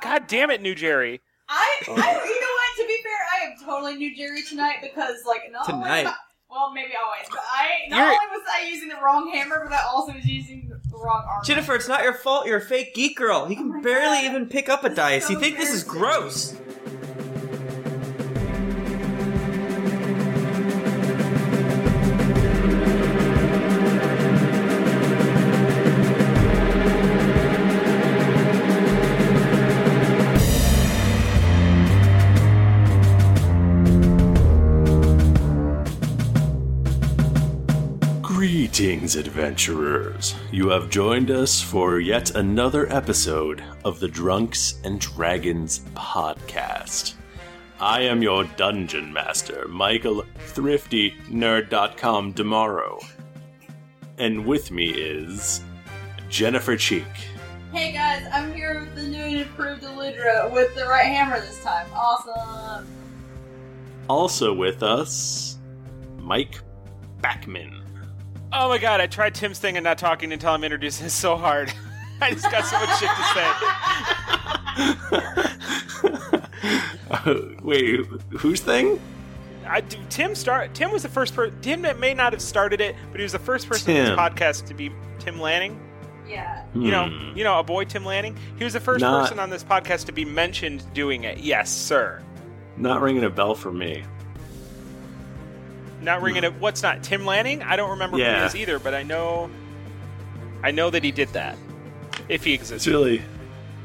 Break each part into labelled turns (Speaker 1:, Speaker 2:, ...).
Speaker 1: God damn it, New Jerry.
Speaker 2: I,
Speaker 3: Oh.
Speaker 2: I, you know what? To be fair, I am totally New Jerry tonight because, like, not
Speaker 3: Tonight?
Speaker 2: Only, well, maybe always, but I not
Speaker 1: You're-
Speaker 2: only was I using the wrong hammer, but I also was using the wrong arm.
Speaker 3: Jennifer, it's not your fault. You're a fake geek girl. He
Speaker 2: Oh
Speaker 3: can
Speaker 2: my
Speaker 3: barely
Speaker 2: God.
Speaker 3: even pick up a
Speaker 2: This is
Speaker 3: dice.
Speaker 2: so
Speaker 3: you think this is gross?
Speaker 4: Greetings, adventurers. You have joined us for yet another episode of the Drunks and Dragons podcast. I am your dungeon master, Michael Thrifty Nerd.com Tomorrow. And with me is Jennifer Cheek.
Speaker 2: Hey guys, I'm here with the new and improved Eludra with the right hammer this time. Awesome.
Speaker 4: Also with us, Mike Backman.
Speaker 1: Oh my God, I tried Tim's thing and not talking until I'm introduced. It's so hard. I just got so much shit to say.
Speaker 4: Wait, whose thing?
Speaker 1: I, do- Tim start. Tim was the first person. Tim may not have started it, but he was the first person on
Speaker 4: Tim.
Speaker 1: this podcast to be Tim Lanning.
Speaker 2: Yeah.
Speaker 1: You know,
Speaker 4: Hmm,
Speaker 1: you know, a boy Tim Lanning. He was the first
Speaker 4: Not-
Speaker 1: person on this podcast to be mentioned doing it. Yes, sir.
Speaker 4: Not ringing a bell for me.
Speaker 1: Not ringing it. What's not Tim Lanning? I don't remember who
Speaker 4: Hmm. Yeah.
Speaker 1: he is either, but I know, I know that he did that. If he exists,
Speaker 4: It's really,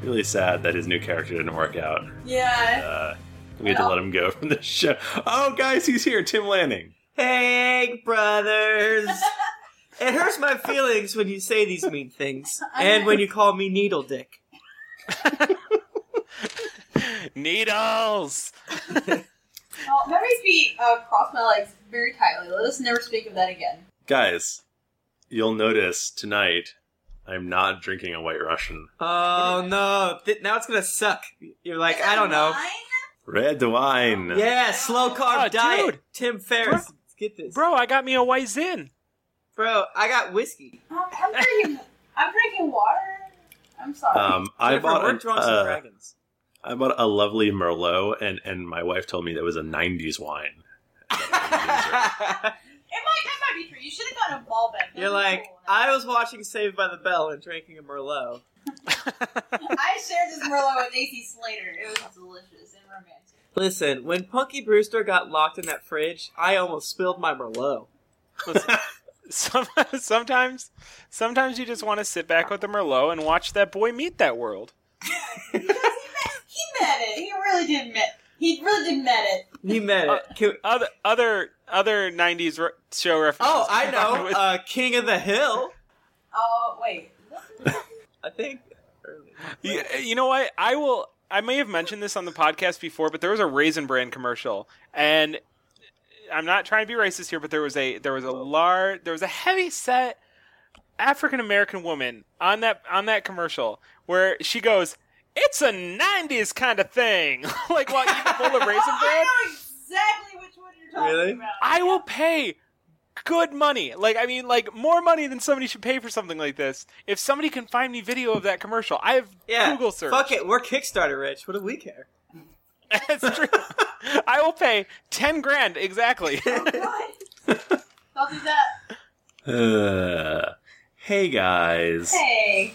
Speaker 4: really sad that his new character didn't work out.
Speaker 2: Yeah.
Speaker 4: Uh, we had to let him go from the show. Oh, guys, he's here, Tim Lanning.
Speaker 3: Hey, brothers. it hurts my feelings when you say these mean things,
Speaker 2: I
Speaker 3: and
Speaker 2: know.
Speaker 3: when you call me needle dick.
Speaker 1: needles.
Speaker 2: Oh, that makes me uh, cross my legs very tightly. Let us never speak of that again.
Speaker 4: Guys, you'll notice tonight I'm not drinking a White Russian.
Speaker 3: Oh no! Th- now it's gonna suck. You're like, I don't know.
Speaker 4: Red wine.
Speaker 3: Yeah, slow carb
Speaker 1: Oh,
Speaker 3: diet.
Speaker 1: dude.
Speaker 3: Tim Ferriss, Let's get this, bro,
Speaker 1: Bro, I got me a white zin.
Speaker 3: I got whiskey.
Speaker 2: Um, I'm drinking. I'm drinking water. I'm sorry.
Speaker 4: Um, I
Speaker 3: Jennifer,
Speaker 4: bought
Speaker 3: we're
Speaker 4: a,
Speaker 3: drunks and
Speaker 4: uh,
Speaker 3: dragons.
Speaker 4: I bought a lovely Merlot, and, and my wife told me that was a '90s wine.
Speaker 2: it might. It might be true. You should have gotten a ball back.
Speaker 3: You're like, I was watching Saved by the Bell and drinking a Merlot.
Speaker 2: I shared this Merlot with AC Slater. It was delicious and romantic.
Speaker 3: Listen, when Punky Brewster got locked in that fridge, I almost spilled my Merlot.
Speaker 1: Some, sometimes, sometimes you just want to sit back with the Merlot and watch that boy meet that world.
Speaker 2: Because he met, he met it. He really did met. He really did met it.
Speaker 3: He meant it.
Speaker 1: Uh,
Speaker 3: Can-
Speaker 1: Other, other, other '90s re- show references.
Speaker 3: oh, I know.
Speaker 1: With-
Speaker 3: Uh, King of the Hill.
Speaker 2: Oh wait.
Speaker 3: I think. early.
Speaker 1: You, eh, you know what? I will. I may have mentioned this on the podcast before, but there was a Raisin Brand commercial, and I'm not trying to be racist here, but there was a there was a large there was a heavy set African American woman on that on that commercial where she goes, "It's a '90s kind of thing," like while eating a bowl of
Speaker 2: Oh,
Speaker 1: Raisin Brand.
Speaker 2: I know exactly which one you're talking
Speaker 3: Really?
Speaker 2: about.
Speaker 1: I will pay good money. Like I mean, like more money than somebody should pay for something like this. If somebody can find me video of that commercial, I have
Speaker 3: Yeah.
Speaker 1: Google search.
Speaker 3: Fuck it, we're Kickstarter rich. What do we care?
Speaker 1: That's true. I will pay ten grand exactly.
Speaker 2: What? Don't do that.
Speaker 4: Uh, hey, guys.
Speaker 2: Hey.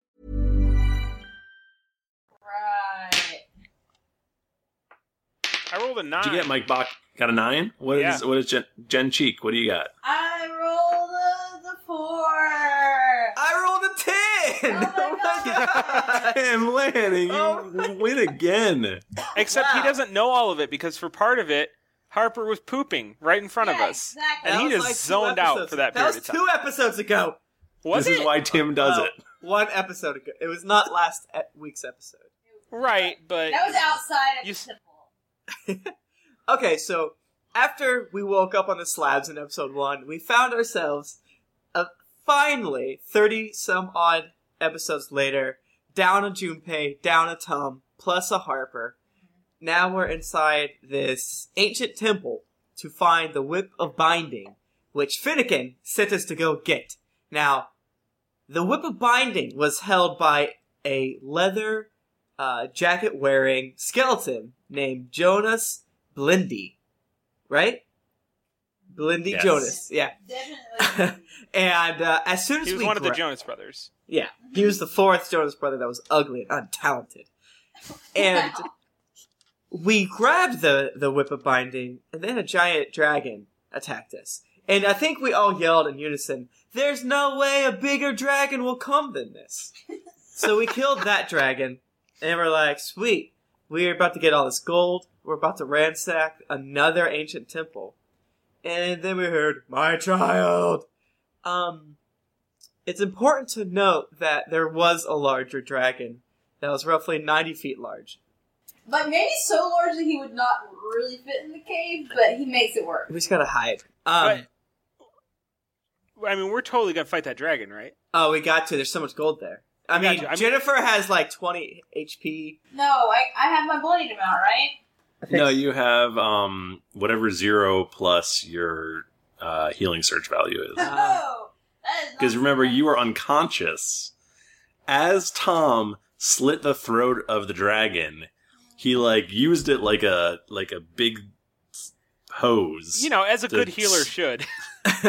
Speaker 2: Right.
Speaker 1: I rolled a nine.
Speaker 4: Did you get Mike Bach? Got a nine? What is
Speaker 1: Yeah.
Speaker 4: what is Jen, Jen Cheek? What do you got?
Speaker 2: I rolled a, the four.
Speaker 3: I rolled a ten.
Speaker 2: Oh my
Speaker 4: Damn, Lanny, you win again.
Speaker 1: Except he
Speaker 3: Wow.
Speaker 1: doesn't know all of it because for part of it, Harper was pooping right in front of
Speaker 2: Yeah,
Speaker 1: us,
Speaker 2: exactly.
Speaker 1: and he
Speaker 3: That
Speaker 1: just
Speaker 3: was like two
Speaker 1: zoned out
Speaker 3: episodes-
Speaker 1: for that
Speaker 3: That
Speaker 1: period
Speaker 3: was
Speaker 1: of time.
Speaker 3: two episodes ago.
Speaker 1: was
Speaker 4: this
Speaker 1: it?
Speaker 4: is why Tim does
Speaker 3: Well,
Speaker 4: it.
Speaker 3: One episode ago. It was not last e- week's episode.
Speaker 1: right, but
Speaker 2: That was outside of
Speaker 1: You
Speaker 2: the
Speaker 1: s-
Speaker 2: temple.
Speaker 3: Okay, so after we woke up on the slabs in episode one, we found ourselves uh, finally 30 some odd episodes later, down a Junpei, down a Tom, plus a Harper. Now we're inside this ancient temple to find the Whip of Binding, which Finnegan sent us to go get. Now, the Whip of Binding was held by a leather uh, jacket wearing skeleton named Jonas Blindy, right? Blindy
Speaker 4: Yes.
Speaker 3: Jonas, yeah.
Speaker 2: Definitely.
Speaker 3: And uh, as soon as
Speaker 1: he was
Speaker 3: we
Speaker 1: one of the
Speaker 3: gra-
Speaker 1: Jonas Brothers.
Speaker 3: yeah, he was the fourth Jonas brother that was ugly and untalented. And
Speaker 2: Wow.
Speaker 3: we grabbed the the whip of binding, and then a giant dragon attacked us. And I think we all yelled in unison, "There's no way a bigger dragon will come than this." so we killed that dragon, and we're like, "Sweet, we're about to get all this gold. We're about to ransack another ancient temple." And then we heard, "My child." Um, it's important to note that there was a larger dragon that was roughly 90 feet large.
Speaker 2: Like maybe so large that he would not really fit in the cave, but he makes it work.
Speaker 3: We just gotta hide. Um,
Speaker 1: I mean, we're totally gonna fight that dragon, right?
Speaker 3: oh, we got to. There's so much gold there. I
Speaker 1: We got
Speaker 3: mean,
Speaker 1: to. I mean-
Speaker 3: Jennifer has like 20 HP.
Speaker 2: No, I, I have my bloodied amount, right?
Speaker 4: No, you have um whatever zero plus your uh, healing search value
Speaker 3: Uh,
Speaker 4: is.
Speaker 2: No. Oh, That is not
Speaker 4: Because remember,
Speaker 2: fair.
Speaker 4: you were unconscious. As Tom slit the throat of the dragon, he like used it like a like a big hose.
Speaker 1: You know, as a good
Speaker 4: That's-
Speaker 1: healer should.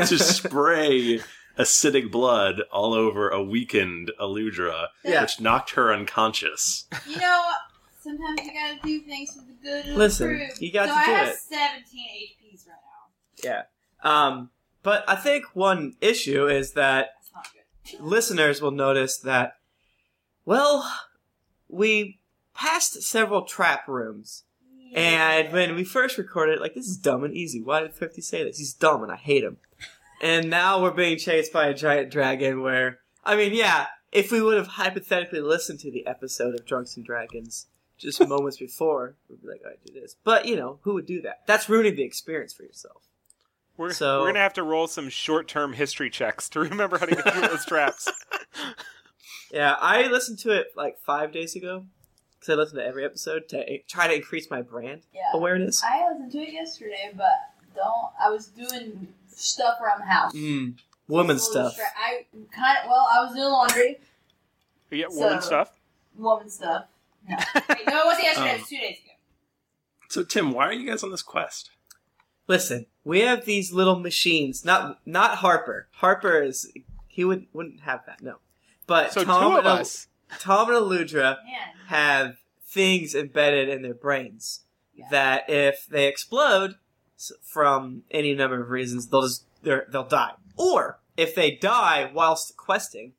Speaker 4: to spray acidic blood all over a weakened Aludra,
Speaker 3: Yeah.
Speaker 4: which knocked her unconscious.
Speaker 2: You know, sometimes you gotta do things for the good of
Speaker 3: Listen,
Speaker 2: the group.
Speaker 3: you got
Speaker 2: so
Speaker 3: to
Speaker 2: I
Speaker 3: do
Speaker 2: have
Speaker 3: it.
Speaker 2: 17 HPs right now.
Speaker 3: Yeah. Um, but I think one issue is that
Speaker 2: That's not good.
Speaker 3: listeners will notice that, well, we passed several trap rooms. And when we first recorded, like, this is dumb and easy. Why did Thrifty say this? He's dumb and I hate him. And now we're being chased by a giant dragon where, I mean, yeah, if we would have hypothetically listened to the episode of Drunks and Dragons just moments before, we'd be like, I do this. But, you know, who would do that? That's ruining the experience for yourself.
Speaker 1: We're,
Speaker 3: So-
Speaker 1: we're gonna have to roll some short-term history checks to remember how to get through those traps.
Speaker 3: Yeah, I listened to it like five days ago because I listen to every episode to i- try to increase my brand
Speaker 2: Yeah.
Speaker 3: awareness.
Speaker 2: I listened to it yesterday, but don't. I was doing stuff around the house.
Speaker 3: Mm, woman
Speaker 2: Full
Speaker 3: stuff.
Speaker 2: distra- I kind of. Well, I was doing laundry,
Speaker 1: Yeah, woman
Speaker 2: So-
Speaker 1: stuff.
Speaker 2: woman stuff. No, Wait, no, it wasn't yesterday.
Speaker 3: Oh.
Speaker 2: it was two days ago.
Speaker 4: So, Tim, why are you guys on this quest?
Speaker 3: Listen, we have these little machines. Not not Harper. Harper is he would wouldn't have that. No, but
Speaker 1: So
Speaker 3: Tom
Speaker 1: two of
Speaker 3: and Al-
Speaker 1: us.
Speaker 3: Tom and Aludra
Speaker 2: Man,
Speaker 3: have things embedded in their brains that if they explode s- from any number of reasons, they'll just they're, they'll die. Or if they die whilst questing,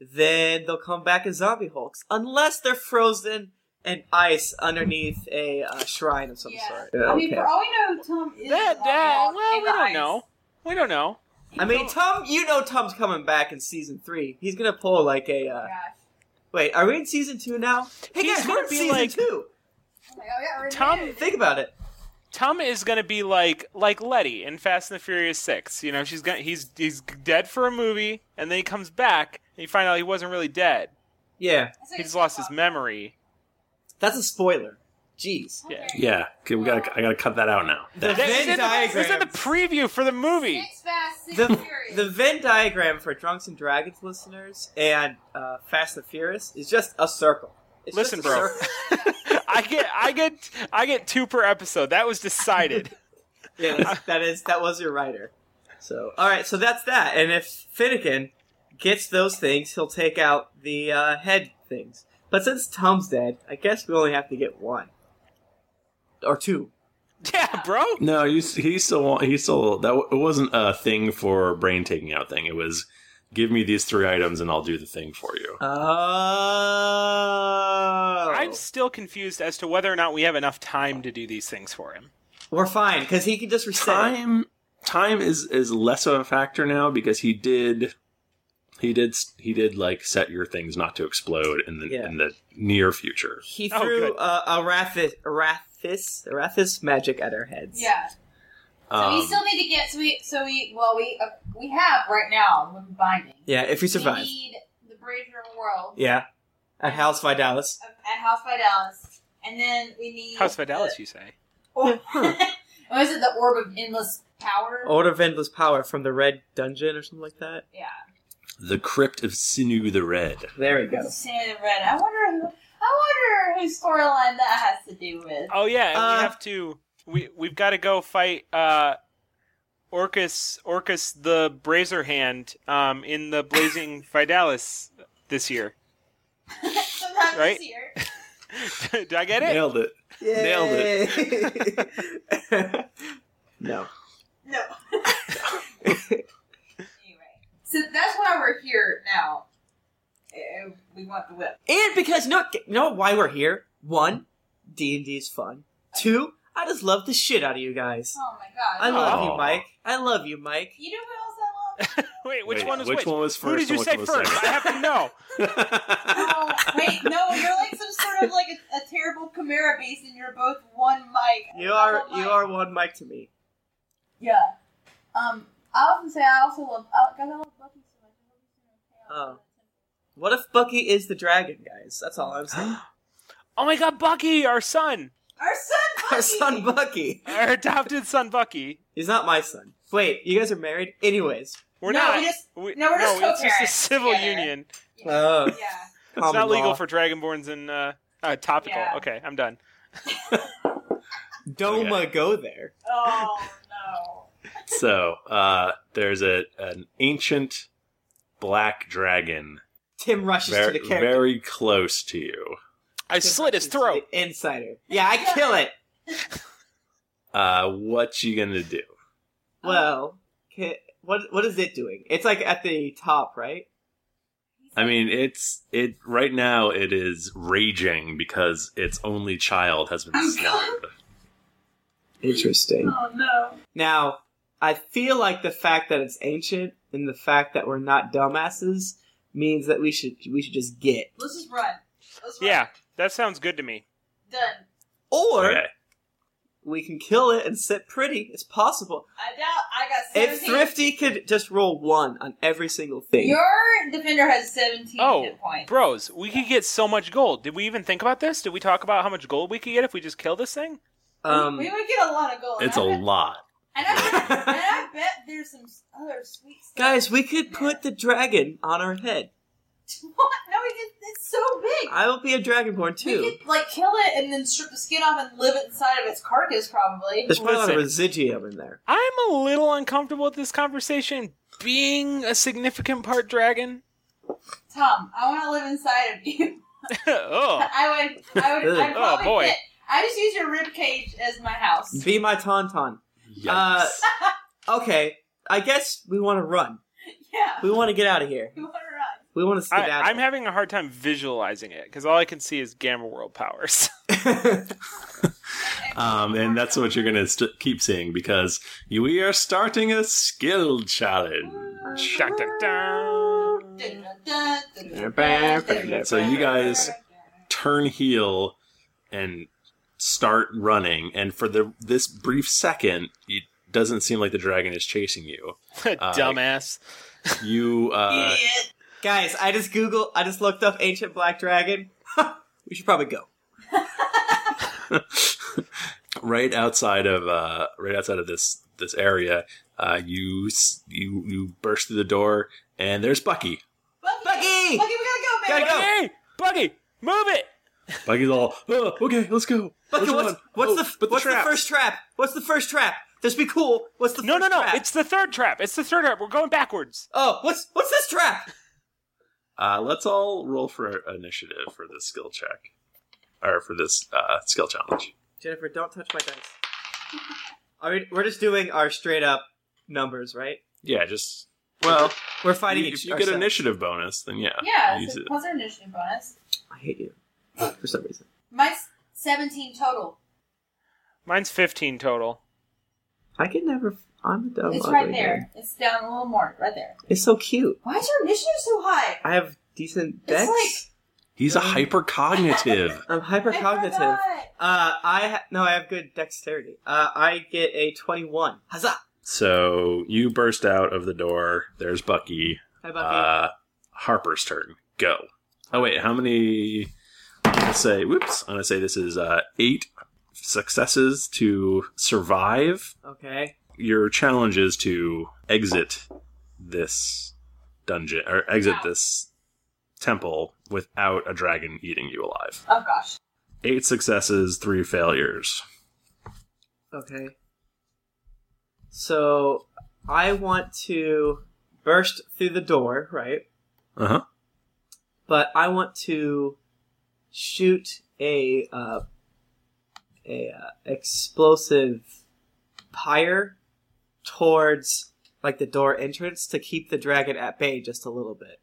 Speaker 3: then they'll come back as zombie hulks, unless they're frozen in ice underneath a uh, shrine of some sort.
Speaker 2: I mean, for all we know, Tom is that dad. Well, we don't know.
Speaker 1: We don't know.
Speaker 3: I mean, Tom, you know Tom's coming back in season three. He's gonna pull like a.
Speaker 2: Oh
Speaker 3: Uh, wait, are we in season two now? Hey
Speaker 1: He's
Speaker 3: guys,
Speaker 1: gonna
Speaker 3: we're in
Speaker 1: be
Speaker 3: season
Speaker 1: like-
Speaker 3: two.
Speaker 1: Tom,
Speaker 3: think about it.
Speaker 1: Tom is gonna be like like Letty in Fast and the Furious Six. You know, she's gonna he's he's dead for a movie, and then he comes back and you find out he wasn't really dead.
Speaker 3: Yeah,
Speaker 1: he just lost his memory.
Speaker 3: That's a spoiler. Jeez.
Speaker 1: Yeah.
Speaker 4: Yeah, okay, we gotta, I gotta cut that out now.
Speaker 3: The Venn diagram.
Speaker 1: in the preview for the movie.
Speaker 3: The, the Venn diagram for Drunks and Dragons listeners and uh, Fast and Furious is just a circle. It's
Speaker 1: Listen,
Speaker 3: just a
Speaker 1: bro.
Speaker 3: circle.
Speaker 1: I get I get I get two per episode. That was decided.
Speaker 3: yeah, that's- that is that was your writer. So all right, so that's that. And if Finnegan gets those things, he'll take out the uh, head things. But since Tom's dead, I guess we only have to get one or two.
Speaker 1: Yeah, bro.
Speaker 4: No, you, he still want, he still that w- it wasn't a thing for brain taking out thing. It was give me these three items and I'll do the thing for you.
Speaker 3: Oh.
Speaker 1: I'm still confused as to whether or not we have enough time to do these things for him.
Speaker 3: We're fine because he can just reset.
Speaker 4: Time time is is less of a factor now because he did he did s- he did like set your things not to explode in the
Speaker 3: Yeah.
Speaker 4: in the near future.
Speaker 3: He threw uh, a Rathis, Rathis, Rathis magic at our heads.
Speaker 2: Yeah. So
Speaker 4: Um,
Speaker 3: Um,
Speaker 2: we still need to get. So we. So we. Well, we. Uh, we have right now with binding.
Speaker 3: yeah, if he survives.
Speaker 2: We need the Bridge River World
Speaker 3: Yeah, at House Vidalis.
Speaker 2: and House by Dallas, and then we need
Speaker 1: House Fidelis, you say?
Speaker 2: Or, was it the Orb of Endless Power?
Speaker 3: Order of Endless Power from the Red Dungeon or something like that.
Speaker 2: Yeah.
Speaker 4: The crypt of Sinew the Red.
Speaker 3: There we go.
Speaker 2: Sand and Red. I wonder. Who, I wonder whose storyline that has to do with.
Speaker 1: Oh yeah, and
Speaker 2: Uh,
Speaker 1: we have to we we've got to go fight uh Orcus Orcus the Brazer Hand um in the Blazing Fidalis this year.
Speaker 2: Sometimes
Speaker 1: right?
Speaker 2: it's here.
Speaker 1: Did I get it?
Speaker 4: Nailed it. Nailed it.
Speaker 3: No.
Speaker 2: No. anyway, so that's why we're here now. Uh, We want the whip.
Speaker 3: And because you know, you know why we're here? One, D and D is fun. Two, I just love the shit out of you guys.
Speaker 2: Oh my god!
Speaker 3: I love
Speaker 4: Aw.
Speaker 3: you, Mike. I love you, Mike.
Speaker 2: You know who else I love?
Speaker 1: Wait, which
Speaker 4: Wait,
Speaker 1: one was
Speaker 4: which one was
Speaker 1: Who
Speaker 4: first
Speaker 1: did you
Speaker 4: and
Speaker 1: say
Speaker 4: which
Speaker 1: first?
Speaker 4: one was
Speaker 1: I have to know.
Speaker 2: No, Um, wait, no, you're like some sort of like a, a terrible Chimera beast, and you're both one mic.
Speaker 3: You are you are one Mike to me.
Speaker 2: Yeah. Um, I often say I also love. I, 'cause I love Bucky so much.
Speaker 3: Oh. What if Bucky is the dragon, guys? That's all I'm saying.
Speaker 1: Oh my god, Bucky, our son.
Speaker 2: Our son.
Speaker 3: Our son Bucky.
Speaker 1: Our adopted son Bucky.
Speaker 3: He's not my son. Wait, you guys are married? Anyways.
Speaker 1: We're
Speaker 2: No,
Speaker 1: not
Speaker 2: we just-
Speaker 1: we-
Speaker 2: no, we're just
Speaker 1: it's just a
Speaker 2: co-parents
Speaker 1: civil
Speaker 2: together.
Speaker 1: union.
Speaker 3: Oh.
Speaker 2: Yeah.
Speaker 1: It's not legal for dragonborns and uh, uh topical.
Speaker 2: Yeah.
Speaker 1: Okay, I'm done.
Speaker 3: Doma go there.
Speaker 2: Oh no.
Speaker 4: So uh, there's a an ancient black dragon
Speaker 3: Tim rushes
Speaker 4: very,
Speaker 3: to the character.
Speaker 4: very close to you.
Speaker 1: I slit his throat.
Speaker 3: The insider. Yeah, I kill it.
Speaker 4: Uh, what you gonna do?
Speaker 3: Well, ca what what is it doing? It's like at the top, right?
Speaker 4: I mean, it's it right now. It is raging because its only child has been slaughtered.
Speaker 3: Interesting.
Speaker 2: Oh no.
Speaker 3: Now, I feel like the fact that it's ancient and the fact that we're not dumbasses means that we should we should just get
Speaker 2: Let's just run. Let's run.
Speaker 1: Yeah, that sounds good to me.
Speaker 2: Done.
Speaker 3: or
Speaker 4: Okay.
Speaker 3: we can kill it and sit pretty. It's possible.
Speaker 2: I doubt I got
Speaker 3: If
Speaker 2: seventeen.
Speaker 3: Thrifty could just roll one on every single thing.
Speaker 2: Your defender has seventeen
Speaker 1: Oh,
Speaker 2: hit points.
Speaker 1: bros, we could get so much gold. Did we even think about this? Did we talk about how much gold we could get if we just kill this thing?
Speaker 3: um,
Speaker 2: we would get a lot of gold.
Speaker 4: It's a
Speaker 2: and I bet-
Speaker 4: lot.
Speaker 2: And I, bet, and I bet there's some other sweet stuff.
Speaker 3: guys, we could put the dragon on our head.
Speaker 2: What? No, we could, it's so big.
Speaker 3: I will be a dragonborn
Speaker 2: We
Speaker 3: too.
Speaker 2: could like kill it and then strip the skin off and live inside of its carcass, probably.
Speaker 3: There's probably a lot of
Speaker 1: Listen.
Speaker 3: residuum in there.
Speaker 1: I'm a little uncomfortable with this conversation being a significant part dragon.
Speaker 2: Tom, I want to live inside of you.
Speaker 1: oh,
Speaker 2: I would. I would. I'd
Speaker 1: Oh,
Speaker 2: probably
Speaker 1: boy.
Speaker 2: fit. I just use your rib cage as my house.
Speaker 3: Be my tauntaun. Uh, okay. I guess we want to run.
Speaker 2: Yeah.
Speaker 3: We want to get out of here.
Speaker 2: You wanna run.
Speaker 3: We want to skedaddle.
Speaker 1: I, I'm having a hard time visualizing it because all I can see is Gamma World powers.
Speaker 4: Um, and that's what you're going to st- keep seeing because you, we are starting a skill challenge. So you guys turn heel and start running, and for the this brief second, it doesn't seem like the dragon is chasing you. Uh,
Speaker 1: Dumbass.
Speaker 4: You uh,
Speaker 3: Guys, I just Google. I just looked up ancient black dragon. we should probably go.
Speaker 4: right outside of uh, right outside of this this area, uh, you s- you you burst through the door, and there's Bucky.
Speaker 3: Bucky, Bucky,
Speaker 2: gotta
Speaker 3: we go, man.
Speaker 1: Hey, Buggy, move it!
Speaker 4: Bucky's all, oh, okay, let's go.
Speaker 3: Bucky,
Speaker 4: Let's
Speaker 3: what's,
Speaker 4: run."
Speaker 3: what's
Speaker 4: Oh,
Speaker 3: the
Speaker 4: but
Speaker 3: what's the,
Speaker 4: trap.
Speaker 3: first trap? What's the first trap? Just be cool. What's the
Speaker 1: No,
Speaker 3: first
Speaker 1: no, no!
Speaker 3: Trap?
Speaker 1: It's the third trap. It's the third trap. We're going backwards.
Speaker 3: oh, what's what's this trap?
Speaker 4: Uh, let's all roll for initiative for this skill check, or for this uh, skill challenge.
Speaker 3: Jennifer, don't touch my dice. Are we, we're just doing our straight up numbers, right?
Speaker 4: Yeah, just well,
Speaker 3: We're fighting.
Speaker 4: if
Speaker 3: each
Speaker 4: you get an
Speaker 3: ourselves.
Speaker 4: initiative bonus, then yeah,
Speaker 2: Yeah,
Speaker 4: use
Speaker 2: it's a
Speaker 4: it.
Speaker 2: plus our initiative bonus.
Speaker 3: I hate you for some reason.
Speaker 2: Mine's 17 total.
Speaker 1: Mine's 15 total.
Speaker 3: I can never. I'm a dumb.
Speaker 2: it's
Speaker 3: ugly
Speaker 2: right there.
Speaker 3: man.
Speaker 2: It's down a little more, right there.
Speaker 3: It's so cute.
Speaker 2: Why is your initiative so high?
Speaker 3: I have decent
Speaker 2: It's
Speaker 3: dex.
Speaker 4: He's a hypercognitive.
Speaker 3: I'm hypercognitive.
Speaker 2: I
Speaker 3: Uh, I ha- no, I have good dexterity. Uh, I get a twenty-one. Huzzah!
Speaker 4: so you burst out of the door. There's Bucky.
Speaker 3: How about
Speaker 4: Uh, Harper's turn. Go. Oh wait, how many? I'm gonna say. Whoops. I'm gonna say this is uh, eight successes to survive
Speaker 3: you? Okay.
Speaker 4: your challenge is to exit this dungeon or exit this temple without a dragon eating you alive.
Speaker 2: Oh gosh.
Speaker 4: Eight successes, three failures.
Speaker 3: Okay. So I want to burst through the door, right?
Speaker 4: Uh huh.
Speaker 3: But I want to shoot a uh, a uh, explosive pyre towards like the door entrance to keep the dragon at bay just a little bit.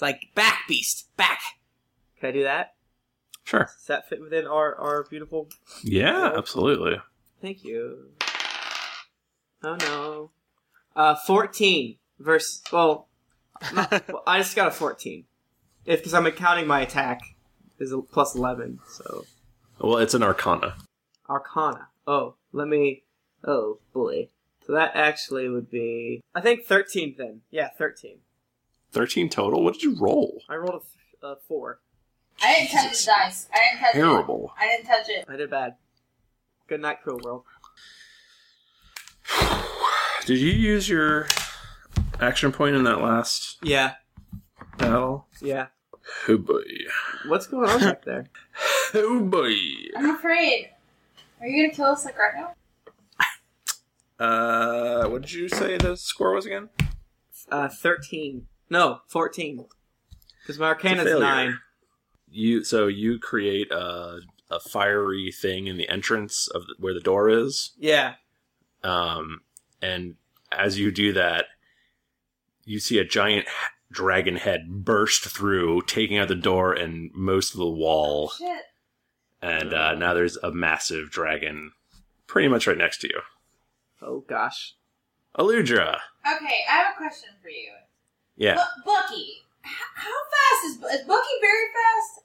Speaker 3: Like back, beast, back. Can I do that?
Speaker 4: Sure.
Speaker 3: Does that fit within our, our beautiful?
Speaker 4: Yeah, absolutely.
Speaker 3: Thank you. Oh no. Uh, fourteen versus. Well, well, I just got a fourteen. If because I'm counting my attack is a plus eleven, so
Speaker 4: Well, it's an arcana.
Speaker 3: Arcana. Oh, let me. Oh boy. So that actually would be. I think thirteen then. Yeah, thirteen.
Speaker 4: 13 total. What did you roll?
Speaker 3: I rolled a, th- a four.
Speaker 2: I didn't touch
Speaker 4: Jesus.
Speaker 2: the dice. I didn't touch
Speaker 4: Terrible.
Speaker 2: it. I didn't touch it.
Speaker 3: I did bad. Good night, cruel world.
Speaker 4: Did you use your action point in that last
Speaker 3: Yeah.
Speaker 4: battle?
Speaker 3: Yeah.
Speaker 4: Oh boy.
Speaker 3: What's going on back there?
Speaker 4: Oh boy.
Speaker 2: I'm afraid. Are you gonna kill us like right now?
Speaker 4: Uh, what did you say the score was again?
Speaker 3: Uh, thirteen. No, fourteen. Because my arcana's
Speaker 4: It's a failure.
Speaker 3: nine.
Speaker 4: you so you create a, a fiery thing in the entrance of the, where the door is
Speaker 3: Yeah.
Speaker 4: um, and as you do that you see a giant h- dragon head burst through taking out the door and most of the wall
Speaker 2: Shit.
Speaker 4: and uh, now there's a massive dragon pretty much right next to you
Speaker 3: Oh gosh.
Speaker 4: aludra
Speaker 2: Okay, I have a question for you.
Speaker 4: yeah
Speaker 2: Bu- Bucky, h- how fast is, Bu- is Bucky? Very fast.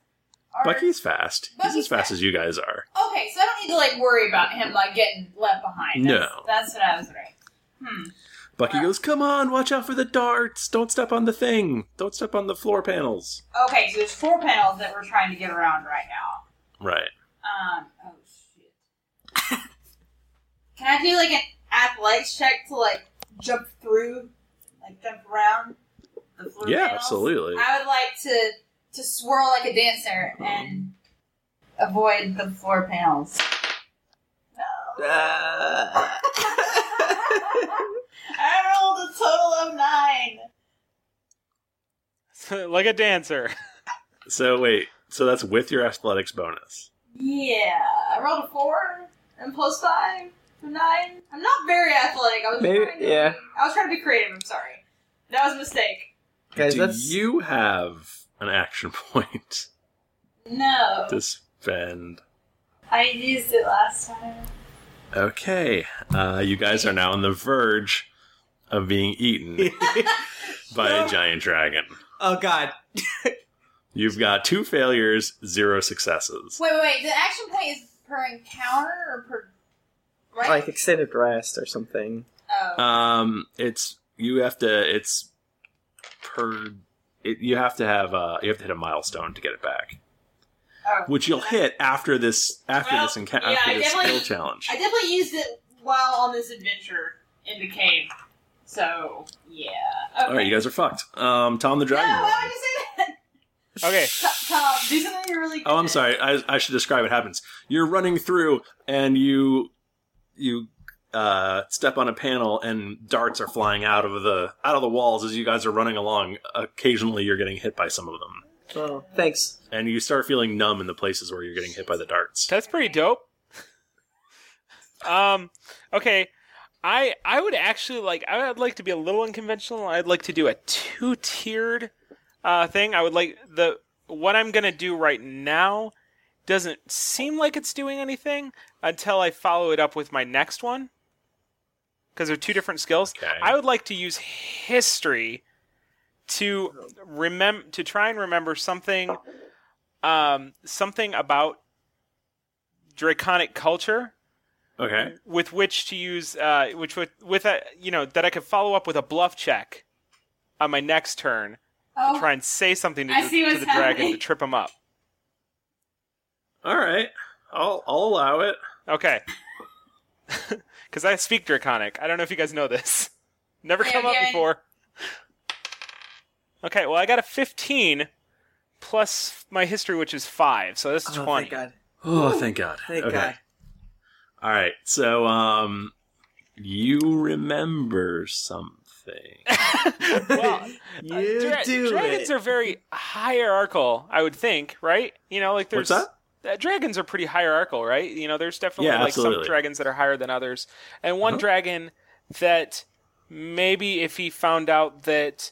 Speaker 2: Or-
Speaker 4: bucky's fast he's
Speaker 2: Bucky's
Speaker 4: as fast
Speaker 2: fast.
Speaker 4: as you guys are
Speaker 2: Okay, so I don't need to like worry about him like getting left behind. That's,
Speaker 4: No.
Speaker 2: that's what I was wondering. Hmm.
Speaker 4: bucky goes come on watch out for the darts don't step on the thing don't step on the floor panels
Speaker 2: Okay, so there's four panels that we're trying to get around right now.
Speaker 4: right
Speaker 2: Um. Oh shit. Can I do like an athletics check to like jump through, like jump around the floor?
Speaker 4: Yeah,
Speaker 2: panels?
Speaker 4: absolutely.
Speaker 2: I would like to to swirl like a dancer and avoid the floor panels. No.
Speaker 4: Ah.
Speaker 3: Uh,
Speaker 2: I rolled a total of nine.
Speaker 1: like a dancer.
Speaker 4: So wait, so that's with your athletics bonus.
Speaker 2: Yeah, I rolled a four and plus five. I'm not, I'm not very athletic. I was
Speaker 3: Maybe-
Speaker 2: trying to
Speaker 3: yeah.
Speaker 2: be, I was trying to be creative. I'm sorry. That was a mistake.
Speaker 3: Guys,
Speaker 4: Do
Speaker 3: that's-
Speaker 4: you have an action point
Speaker 2: No,
Speaker 4: to spend?
Speaker 2: I used it last time.
Speaker 4: Okay, uh, you guys are now on the verge of being eaten by a giant dragon.
Speaker 3: Oh god.
Speaker 4: You've got two failures, zero successes.
Speaker 2: Wait, wait, wait. The action point is per encounter or per right?
Speaker 3: Like extended rest or something.
Speaker 2: oh,
Speaker 4: Um, it's you have to. It's per. It, you have to have. Uh, you have to hit a milestone to get it back,
Speaker 2: oh.
Speaker 4: which you'll hit after this. After
Speaker 2: Well,
Speaker 4: this encounter.
Speaker 2: yeah,
Speaker 4: after
Speaker 2: I
Speaker 4: this
Speaker 2: definitely-
Speaker 4: skill challenge.
Speaker 2: I definitely used it while on this adventure in the cave. So yeah. Okay.
Speaker 4: All right, you guys are fucked. Um, Tom the
Speaker 2: No,
Speaker 4: dragon.
Speaker 2: why
Speaker 4: Lord.
Speaker 2: would you say that?
Speaker 1: Okay.
Speaker 2: T- Tom, do something you're really. Good
Speaker 4: Oh, I'm
Speaker 2: at.
Speaker 4: sorry. I, I should describe what happens. You're running through, and you you uh, step on a panel, and darts are flying out of the out of the walls as you guys are running along. Occasionally, you're getting hit by some of them,
Speaker 3: Oh, thanks.
Speaker 4: and you start feeling numb in the places where you're getting hit by the darts.
Speaker 1: That's pretty dope. um, okay, I I would actually like I would like to be a little unconventional. I'd like to do a two tiered uh, thing. I would like the what I'm gonna do right now doesn't seem like it's doing anything until I follow it up with my next one because they're two different skills.
Speaker 4: Okay.
Speaker 1: I would like to use history to remember to try and remember something um, something about draconic culture
Speaker 4: Okay.
Speaker 1: with which to use uh, which with with a you know that I could follow up with a bluff check on my next turn
Speaker 2: Oh,
Speaker 1: to try and say something to,
Speaker 2: I
Speaker 1: the-
Speaker 2: see
Speaker 1: to
Speaker 2: what's
Speaker 1: the dragon
Speaker 2: happening.
Speaker 1: to trip him up.
Speaker 4: All right. I'll I'll allow it.
Speaker 1: Okay. Cuz I speak draconic. I don't know if you guys know this. Never
Speaker 2: Yeah,
Speaker 1: come up
Speaker 2: yeah.
Speaker 1: before. Okay, well I got a 15 plus my history which is 5. So this is
Speaker 3: Oh,
Speaker 1: 20.
Speaker 3: thank god.
Speaker 4: Oh, thank God.
Speaker 3: Thank
Speaker 4: okay.
Speaker 3: god.
Speaker 4: All right. So, um, you remember something.
Speaker 1: Well,
Speaker 3: You
Speaker 1: Uh, Dra-
Speaker 3: do
Speaker 1: dragons
Speaker 3: it.
Speaker 1: are very hierarchical, I would think, right? You know, like
Speaker 4: What's
Speaker 1: there's Uh, dragons are pretty hierarchical, right? You know, there's definitely
Speaker 4: Yeah,
Speaker 1: like
Speaker 4: absolutely. Uh-huh.
Speaker 1: some dragons that are higher than others, and one dragon that maybe if he found out that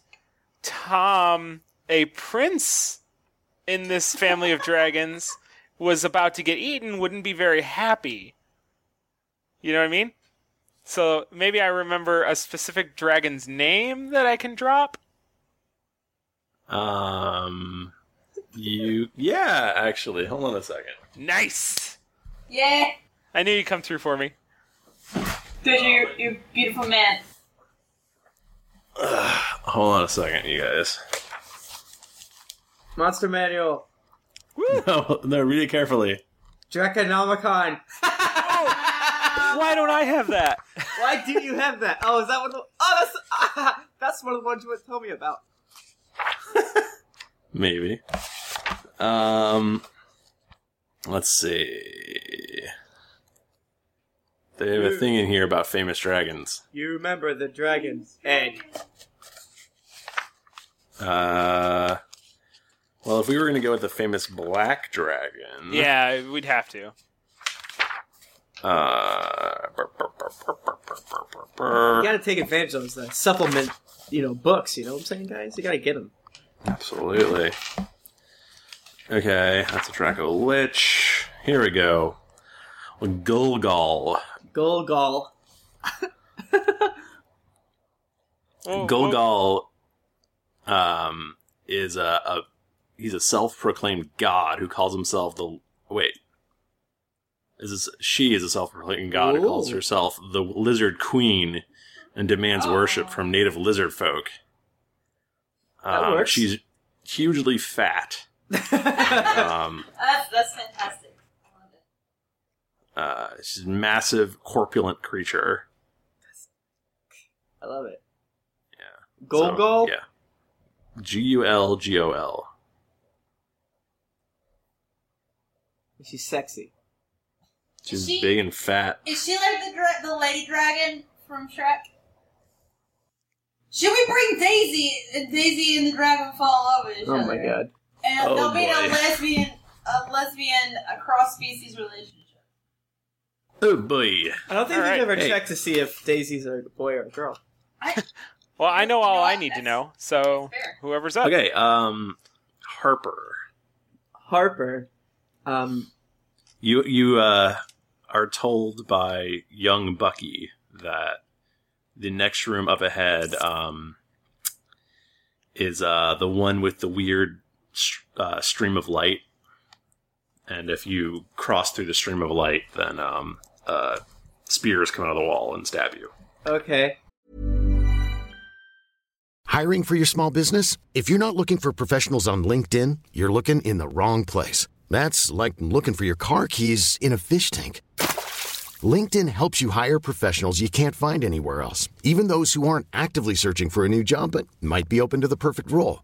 Speaker 1: Tom, a prince in this family of dragons, was about to get eaten, wouldn't be very happy. You know what I mean? So maybe I remember a specific dragon's name that I can drop.
Speaker 4: Um, you yeah, actually, hold on a second.
Speaker 1: Nice.
Speaker 2: Yeah.
Speaker 1: I knew you'd come through for me.
Speaker 2: Good, you, you beautiful man.
Speaker 4: Hold on a second, you guys.
Speaker 3: Monster Manual.
Speaker 4: No, no, read it carefully.
Speaker 3: Draconomicon.
Speaker 1: Why don't I have that?
Speaker 3: Why do you have that? Oh, is that one of the Oh that's ah, that's one of the ones you would tell me about.
Speaker 4: Maybe. Um, let's see. They have a thing in here about famous dragons.
Speaker 3: You remember the dragon's egg.
Speaker 4: Uh, well, if we were gonna go with the famous black dragon,
Speaker 1: yeah, we'd have to.
Speaker 4: Uh, burp, burp, burp, burp, burp, burp, burp, burp, burp.
Speaker 3: You gotta take advantage of those uh, supplement, you know, books, you know what I'm saying, guys? You gotta get them.
Speaker 4: Absolutely. Okay, that's a Draco Lich. Here we go. Golgol.
Speaker 3: Golgol. Mm-hmm.
Speaker 1: Oh,
Speaker 4: Golgol um, is a, a he's a self-proclaimed god who calls himself the wait. Is this, she is a self-proclaimed god who calls
Speaker 3: Ooh.
Speaker 4: herself the Lizard Queen and demands
Speaker 3: Oh.
Speaker 4: worship from native lizard folk.
Speaker 3: That
Speaker 4: Um,
Speaker 3: works.
Speaker 4: She's hugely fat. um,
Speaker 2: Uh, that's, that's fantastic. I love it.
Speaker 4: Uh, she's a massive, corpulent creature.
Speaker 3: I love it.
Speaker 4: Yeah.
Speaker 3: Golgol?
Speaker 4: So, yeah. G U L G O L.
Speaker 3: She's sexy.
Speaker 4: She's
Speaker 2: She-
Speaker 4: big and fat.
Speaker 2: Is she like the dra- the lady dragon from Shrek? Should we bring Daisy and Daisy and the dragon fall over each
Speaker 3: Oh
Speaker 2: other?
Speaker 3: my god.
Speaker 2: And
Speaker 4: Oh
Speaker 2: they'll be in a
Speaker 4: boy.
Speaker 2: lesbian, a lesbian, a cross species relationship.
Speaker 4: Oh boy.
Speaker 3: I don't
Speaker 2: All
Speaker 3: think we've
Speaker 2: right.
Speaker 3: ever
Speaker 2: Hey.
Speaker 3: checked to see if Daisy's a boy or a girl.
Speaker 2: Well, I know all I need to know, so whoever's up.
Speaker 4: Okay, um Harper.
Speaker 3: Harper. Um
Speaker 4: You you uh are told by young Bucky that the next room up ahead um is uh the one with the weird s- uh, stream of light. And if you cross through the stream of light, then um uh spears come out of the wall and stab you.
Speaker 3: Okay.
Speaker 5: Hiring for your small business? If you're not looking for professionals on LinkedIn, you're looking in the wrong place. That's like looking for your car keys in a fish tank. LinkedIn helps you hire professionals you can't find anywhere else, even those who aren't actively searching for a new job but might be open to the perfect role.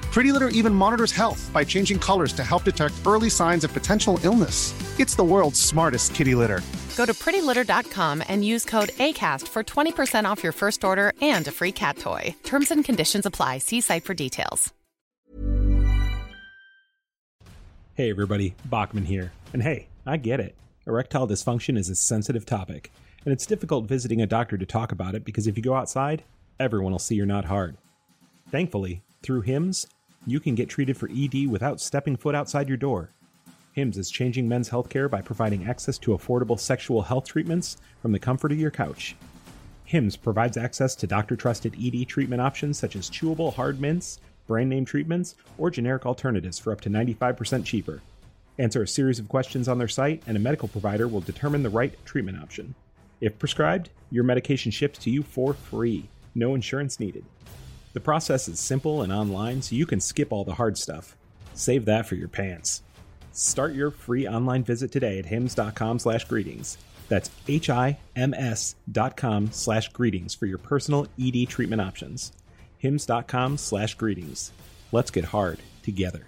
Speaker 6: Pretty Litter even monitors health by changing colors to help detect early signs of potential illness. It's the world's smartest kitty litter.
Speaker 7: Go to prettylitter.com and use code ACAST for 20% off your first order and a free cat toy. Terms and conditions apply. See site for details.
Speaker 1: Hey, everybody, Bachman here. And hey, I get it. Erectile dysfunction is a sensitive topic, and it's difficult visiting a doctor to talk about it because if you go outside, everyone will see you're not hard. Thankfully, through HIMS, you can get treated for ED without stepping foot outside your door. HIMS is changing men's healthcare by providing access to affordable sexual health treatments from the comfort of your couch. HIMS provides access to doctor trusted ED treatment options such as chewable hard mints, brand name treatments, or generic alternatives for up to 95% cheaper. Answer a series of questions on their site, and a medical provider will determine the right treatment option. If prescribed, your medication ships to you for free, no insurance needed. The process is simple and online, so you can skip all the hard stuff. Save that for your pants. Start your free online visit today at hims.com slash greetings. That's H-I-M-S dot com slash greetings for your personal ED treatment options. hims.com slash greetings. Let's get hard together.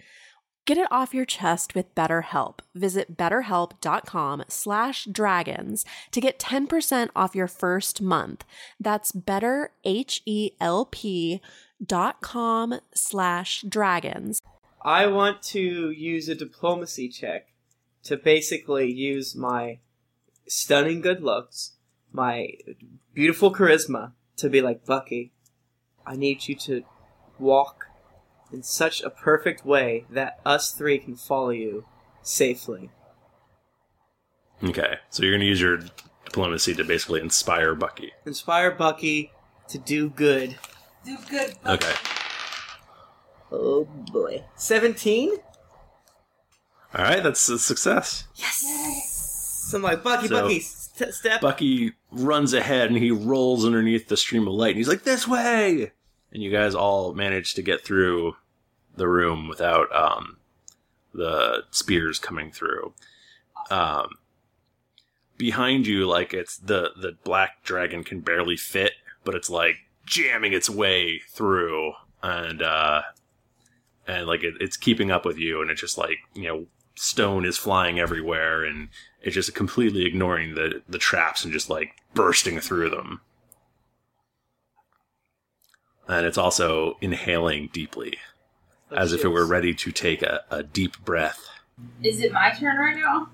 Speaker 8: Get it off your chest with BetterHelp. Visit betterhelp.com slash dragons to get 10% off your first month. That's betterhelp.com slash dragons.
Speaker 3: I want to use a diplomacy check to basically use my stunning good looks, my beautiful charisma to be like Bucky. I need you to walk in such a perfect way that us three can follow you safely.
Speaker 4: Okay. So you're gonna use your diplomacy to basically inspire Bucky.
Speaker 3: Inspire Bucky to do good.
Speaker 9: Do good.
Speaker 4: Okay.
Speaker 3: Oh boy. 17?
Speaker 4: Alright, that's a success.
Speaker 3: So I'm like, Bucky,
Speaker 4: So-
Speaker 3: Bucky, st- step.
Speaker 4: Bucky runs ahead and he rolls underneath the stream of light and he's like, This way! And you guys all manage to get through the room without um, the spears coming through. Um, behind you, like, it's the, the black dragon can barely fit, but it's like jamming its way through. And uh, and like it, it's keeping up with you, and it's just like you know stone is flying everywhere, and it's just completely ignoring the the traps and just like bursting through them. And it's also inhaling deeply, as if it were ready to take a, a deep breath.
Speaker 2: Is it my turn right now?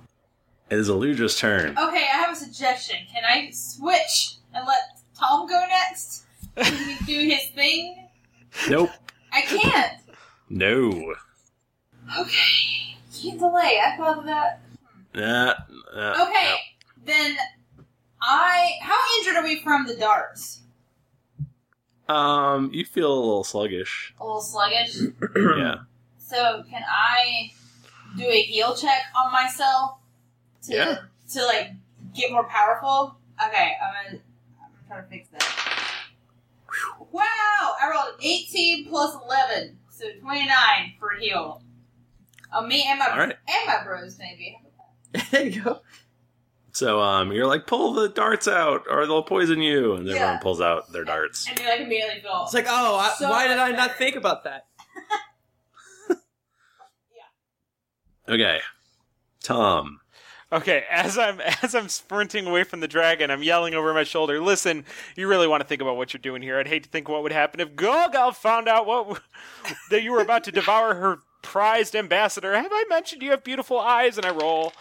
Speaker 4: It is Eludra's turn.
Speaker 2: Okay, I have a suggestion. Can I switch and let Tom go next? Can he do his thing?
Speaker 4: Nope.
Speaker 2: I can't.
Speaker 4: No.
Speaker 2: Okay. Can't delay. I thought of that.
Speaker 4: Nah, nah,
Speaker 2: Okay, then I. How injured are we from the darts?
Speaker 4: nah. Um, you feel a little sluggish.
Speaker 2: A little sluggish.
Speaker 4: yeah.
Speaker 2: So can I do a heal check on myself to
Speaker 4: Yeah.
Speaker 2: to like get more powerful? Okay, I'm gonna I'm gonna try to fix that. Wow! I rolled an 18 plus 11, so 29 for heal. Oh, me and my
Speaker 4: All right.
Speaker 2: and my bros maybe.
Speaker 4: So um, you're like, pull the darts out, or they'll poison you, and
Speaker 2: Yeah.
Speaker 4: everyone pulls out their darts.
Speaker 2: And then I immediately feel
Speaker 3: It's like, oh, I,
Speaker 2: so
Speaker 3: why did
Speaker 2: much
Speaker 3: I not think about that?
Speaker 4: Okay, Tom.
Speaker 1: Okay, as I'm as I'm sprinting away from the dragon, I'm yelling over my shoulder. Listen, you really want to think about what you're doing here. I'd hate to think what would happen if Golgal found out what that you were about to devour her prized ambassador. Have I mentioned you have beautiful eyes? And I roll,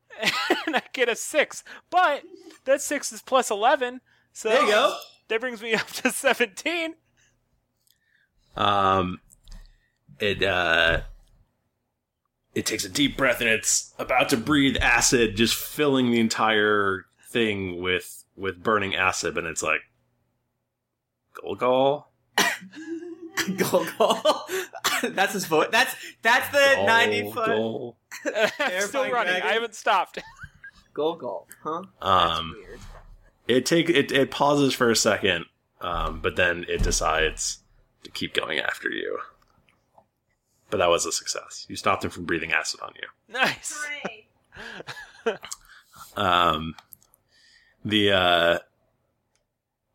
Speaker 1: and I get a six. But that six is plus eleven, so
Speaker 3: There you go.
Speaker 1: That brings me up to seventeen.
Speaker 4: Um, it uh, it takes a deep breath, and it's about to breathe acid, just filling the entire thing with with burning acid, and it's like, Golgol.
Speaker 3: Golgol. that's his voice. That's that's the
Speaker 4: Gol,
Speaker 3: ninety foot.
Speaker 4: gol.
Speaker 1: I'm still
Speaker 3: Terrifying
Speaker 1: running.
Speaker 3: dragon.
Speaker 1: I haven't stopped.
Speaker 3: Golgol, huh?
Speaker 4: Um, it take it, it pauses for a second, um, but then it decides to keep going after you. But that was a success. You stopped him from breathing acid on you.
Speaker 1: Nice.
Speaker 4: Um, the uh,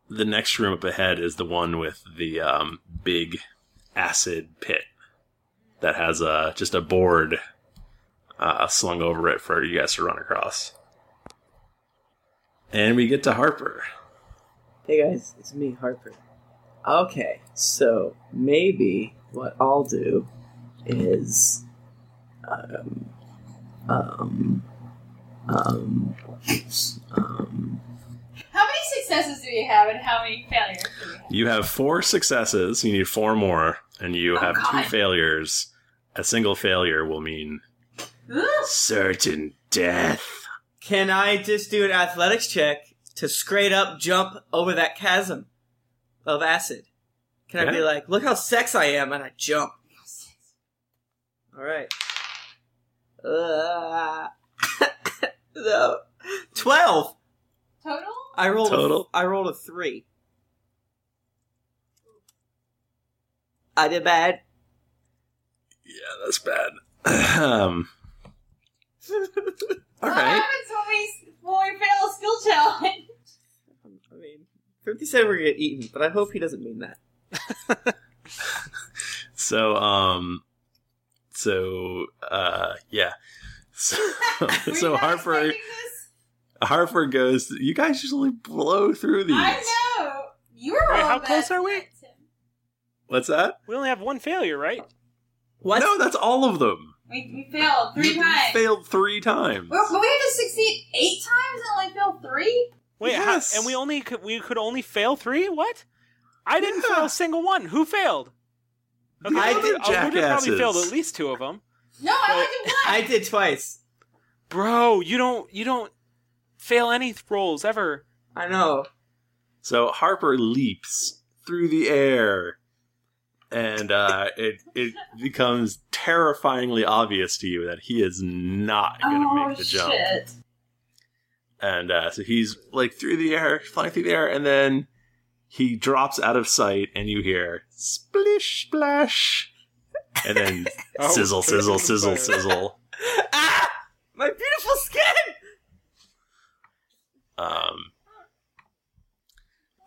Speaker 4: the next room up ahead is the one with the um, big acid pit that has uh, just a board uh, slung over it for you guys to run across. And we get to Harper.
Speaker 3: Hey guys, it's me, Harper. Okay, so maybe what I'll do is, um, um, um, um.
Speaker 2: How many successes do you have, and how many failures? do you have?
Speaker 4: You have four successes. You need four more, and you
Speaker 2: Oh,
Speaker 4: have two failures. A single failure will mean certain death.
Speaker 3: Can I just do an athletics check to straight up jump over that chasm of acid? Can I be
Speaker 4: Yeah.
Speaker 3: like, look how sex I am, and I jump? All right. Uh, no. Twelve.
Speaker 2: Total?
Speaker 3: I rolled
Speaker 4: Total?
Speaker 3: A, I rolled a three. I did bad.
Speaker 4: Yeah, that's bad. um, all
Speaker 2: what
Speaker 4: right.
Speaker 2: happens when we, when we fail a skill challenge?
Speaker 3: I mean, Fifty said we're gonna get eaten, but I hope he doesn't mean that.
Speaker 4: So, um, so, uh, yeah. So, so Harper, Harper goes. You guys usually blow through these.
Speaker 2: I know. You were
Speaker 1: Wait,
Speaker 2: all
Speaker 1: how
Speaker 2: bad.
Speaker 1: close are we?
Speaker 4: What's that?
Speaker 1: We only have one failure, right?
Speaker 3: What?
Speaker 4: No, that's all of them.
Speaker 2: We, we failed three times.
Speaker 4: Failed three times.
Speaker 2: We- but we had to succeed eight times and only failed three?
Speaker 1: Wait, how-
Speaker 4: Yes.
Speaker 1: and we only could, we could only fail three? What? I didn't fail a single one. Who failed? Okay,
Speaker 3: I
Speaker 1: Luda-
Speaker 3: did
Speaker 1: oh, Luda probably
Speaker 3: jackasses.
Speaker 1: failed at least two of them.
Speaker 2: No, I only did one.
Speaker 3: I did twice.
Speaker 1: Bro, you don't you don't fail any th- rolls ever.
Speaker 3: I know.
Speaker 4: So Harper leaps through the air, and uh, it it becomes terrifyingly obvious to you that he is not going to
Speaker 2: Oh,
Speaker 4: make the
Speaker 2: shit.
Speaker 4: jump. And uh, so he's like through the air, flying through the air, and then he drops out of sight, and you hear splish splash, and then
Speaker 3: Oh,
Speaker 4: sizzle, sizzle,
Speaker 3: it's
Speaker 4: sizzle,
Speaker 3: fire.
Speaker 4: sizzle.
Speaker 3: Ah! My beautiful skin.
Speaker 4: Um,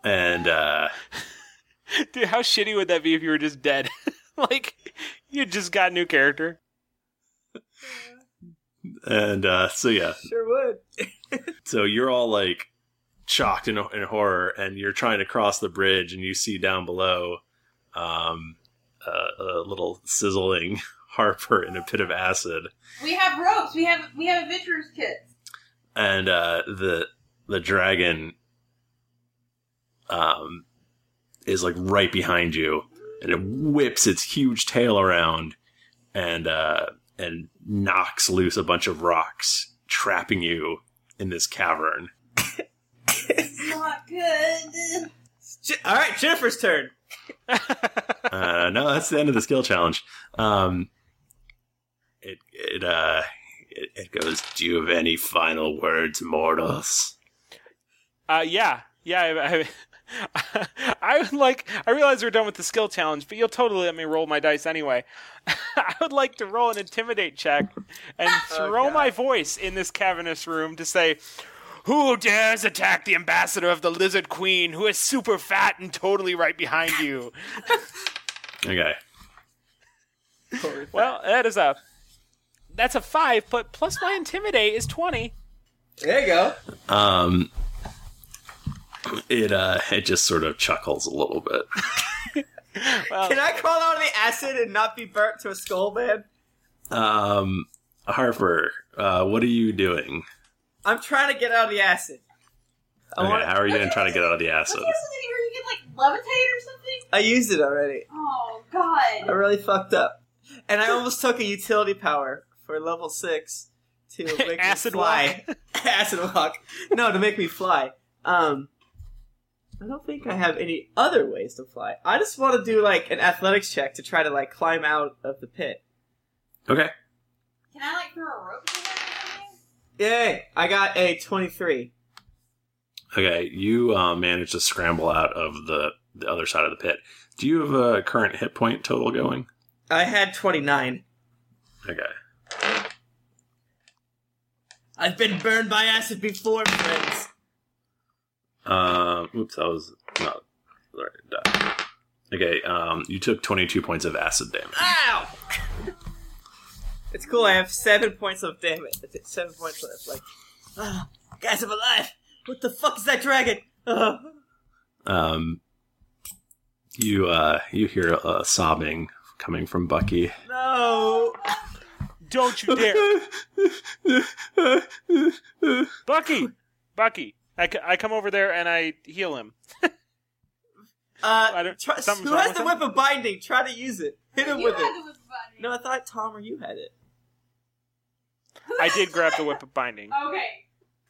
Speaker 4: uh, and uh,
Speaker 1: Dude, how shitty would that be if you were just dead? like You just got new character.
Speaker 4: And uh, so yeah,
Speaker 3: Sure would.
Speaker 4: so you're all like shocked in, in horror, and you're trying to cross the bridge, and you see down below um, uh, a little sizzling Harper in a pit of acid,
Speaker 2: We have ropes. We have we have adventurers kits.
Speaker 4: and uh, the the dragon um, is like right behind you, and it whips its huge tail around and uh, and knocks loose a bunch of rocks, trapping you in this cavern.
Speaker 2: It's not good.
Speaker 3: All right, Jennifer's turn.
Speaker 4: uh, no, that's the end of the skill challenge. Um, it it uh it, it goes. Do you have any final words, mortals?
Speaker 1: Uh, yeah, yeah. I, I, I would like. I realize we're done with the skill challenge, but you'll totally let me roll my dice anyway. I would like to roll an intimidate check and throw my voice in this cavernous room to say, "Who dares attack the ambassador of the Lizard Queen, who is super fat and totally right behind you?"
Speaker 4: Okay,
Speaker 1: well, that is a that's a five, but plus my intimidate is twenty.
Speaker 3: There you go.
Speaker 4: um, it uh it just sort of chuckles a little bit.
Speaker 3: Can I crawl out of the acid and not be burnt to a skull, man?
Speaker 4: Um, Harper, uh, what are you doing?
Speaker 3: I'm trying to get out of the acid.
Speaker 4: Okay, how are you gonna try to get out of the acid?
Speaker 2: Something where you can like levitate or something.
Speaker 3: I used it already.
Speaker 2: Oh
Speaker 3: I
Speaker 2: God.
Speaker 3: really fucked up, and I almost took a utility power for level six to make
Speaker 1: Acid
Speaker 3: me fly. acid walk. No, to make me fly. Um, I don't think I have any other ways to fly. I just want to do like an athletics check to try to like climb out of the pit.
Speaker 4: Okay,
Speaker 2: Can I like throw a rope? to him or something?
Speaker 3: Yay! I got a twenty-three.
Speaker 4: okay, you uh, managed to scramble out of the the other side of the pit. Do you have a current hit point total going?
Speaker 3: I had twenty-nine.
Speaker 4: Okay.
Speaker 3: I've been burned by acid before, friends.
Speaker 4: Um, oops, that was not the right die. Okay, um, you took 22 points of acid damage.
Speaker 3: Ow! it's cool. I have seven points of damage. That's it, Seven points left. Like, ah, guys, I'm alive. What the fuck is that dragon? Ah.
Speaker 4: Um, you uh, you hear uh, sobbing coming from Bucky.
Speaker 3: no. Uh,
Speaker 1: Don't you dare. Bucky! Bucky. I, c- I come over there and I heal him. I
Speaker 3: Uh,
Speaker 1: don't-
Speaker 3: try,
Speaker 1: something's
Speaker 3: who
Speaker 1: wrong
Speaker 3: has
Speaker 1: with
Speaker 3: the
Speaker 1: him?
Speaker 3: whip of binding? Try to use it. Hit him
Speaker 2: You
Speaker 3: with
Speaker 2: had the
Speaker 3: it.
Speaker 2: whip button.
Speaker 3: No, I thought Tom or you had it.
Speaker 1: I did grab the whip of binding.
Speaker 2: Okay.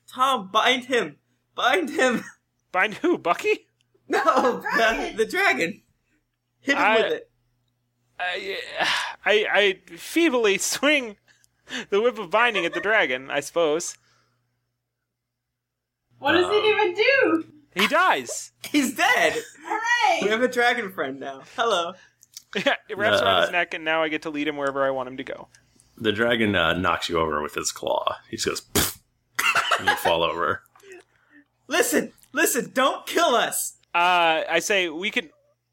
Speaker 3: Tom, bind him. Bind him.
Speaker 1: Bind who? Bucky?
Speaker 3: No, the, the dragon. Hit him
Speaker 1: I-
Speaker 3: with it. Uh,
Speaker 1: I, I, I feebly swing the whip of binding at the dragon, I suppose.
Speaker 2: What does
Speaker 4: Um,
Speaker 2: it even do?
Speaker 1: He dies.
Speaker 3: He's dead. We
Speaker 2: Hooray!
Speaker 3: have a dragon friend now. Hello.
Speaker 1: it wraps around
Speaker 4: Uh,
Speaker 1: his neck, and now I get to lead him wherever I want him to go.
Speaker 4: The dragon uh, knocks you over with his claw. He just goes, "Pfft," and you fall over.
Speaker 3: Listen, listen. Don't kill us.
Speaker 1: Uh, I say we can,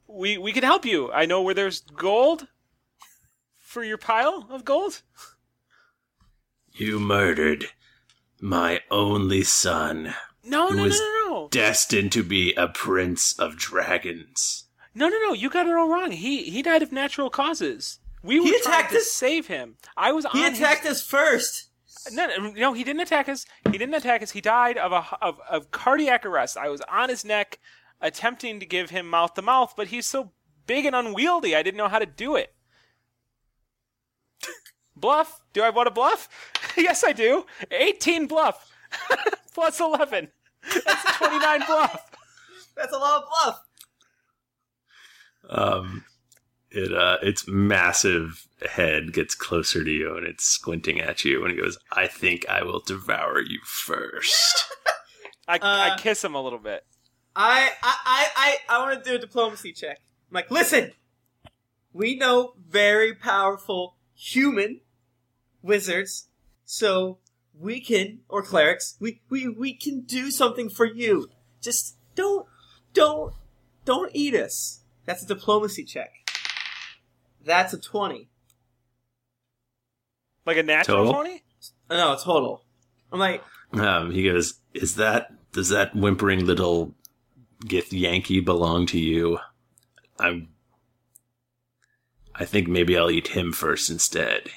Speaker 1: we we can help you. I know where there's gold for your pile of gold.
Speaker 4: You murdered my only son,
Speaker 1: No,
Speaker 4: It
Speaker 1: no, no,
Speaker 4: was
Speaker 1: no, no.
Speaker 4: destined to be a prince of dragons.
Speaker 1: No, no, no! You got it all wrong. He he died of natural causes. We were trying
Speaker 3: attacked
Speaker 1: to
Speaker 3: us?
Speaker 1: save him. I was
Speaker 3: He
Speaker 1: on
Speaker 3: attacked us first.
Speaker 1: His, no, no, no, he didn't attack us. He didn't attack us. He died of a of, of cardiac arrest. I was on his neck, attempting to give him mouth to mouth, but he's so big and unwieldy. I didn't know how to do it. bluff? Do I want to bluff? yes, I do. Eighteen bluff plus eleven. That's twenty nine bluff.
Speaker 3: That's a lot of bluff.
Speaker 4: Um, it uh, its massive head gets closer to you, and it's squinting at you, and it goes, "I think I will devour you first.
Speaker 1: I, I
Speaker 3: Uh,
Speaker 1: kiss him a little bit.
Speaker 3: I I I I, I want to do a diplomacy check. I'm like, listen, we know very powerful human wizards, so we can or clerics, we we we can do something for you. Just don't don't don't eat us. That's a diplomacy check. That's a twenty.
Speaker 1: Like a natural
Speaker 4: Total?
Speaker 1: twenty?
Speaker 3: Oh, No, total. I'm like,
Speaker 4: Um, he goes, "Is that does that whimpering little gith Yankee belong to you?" I'm. I think maybe I'll eat him first instead.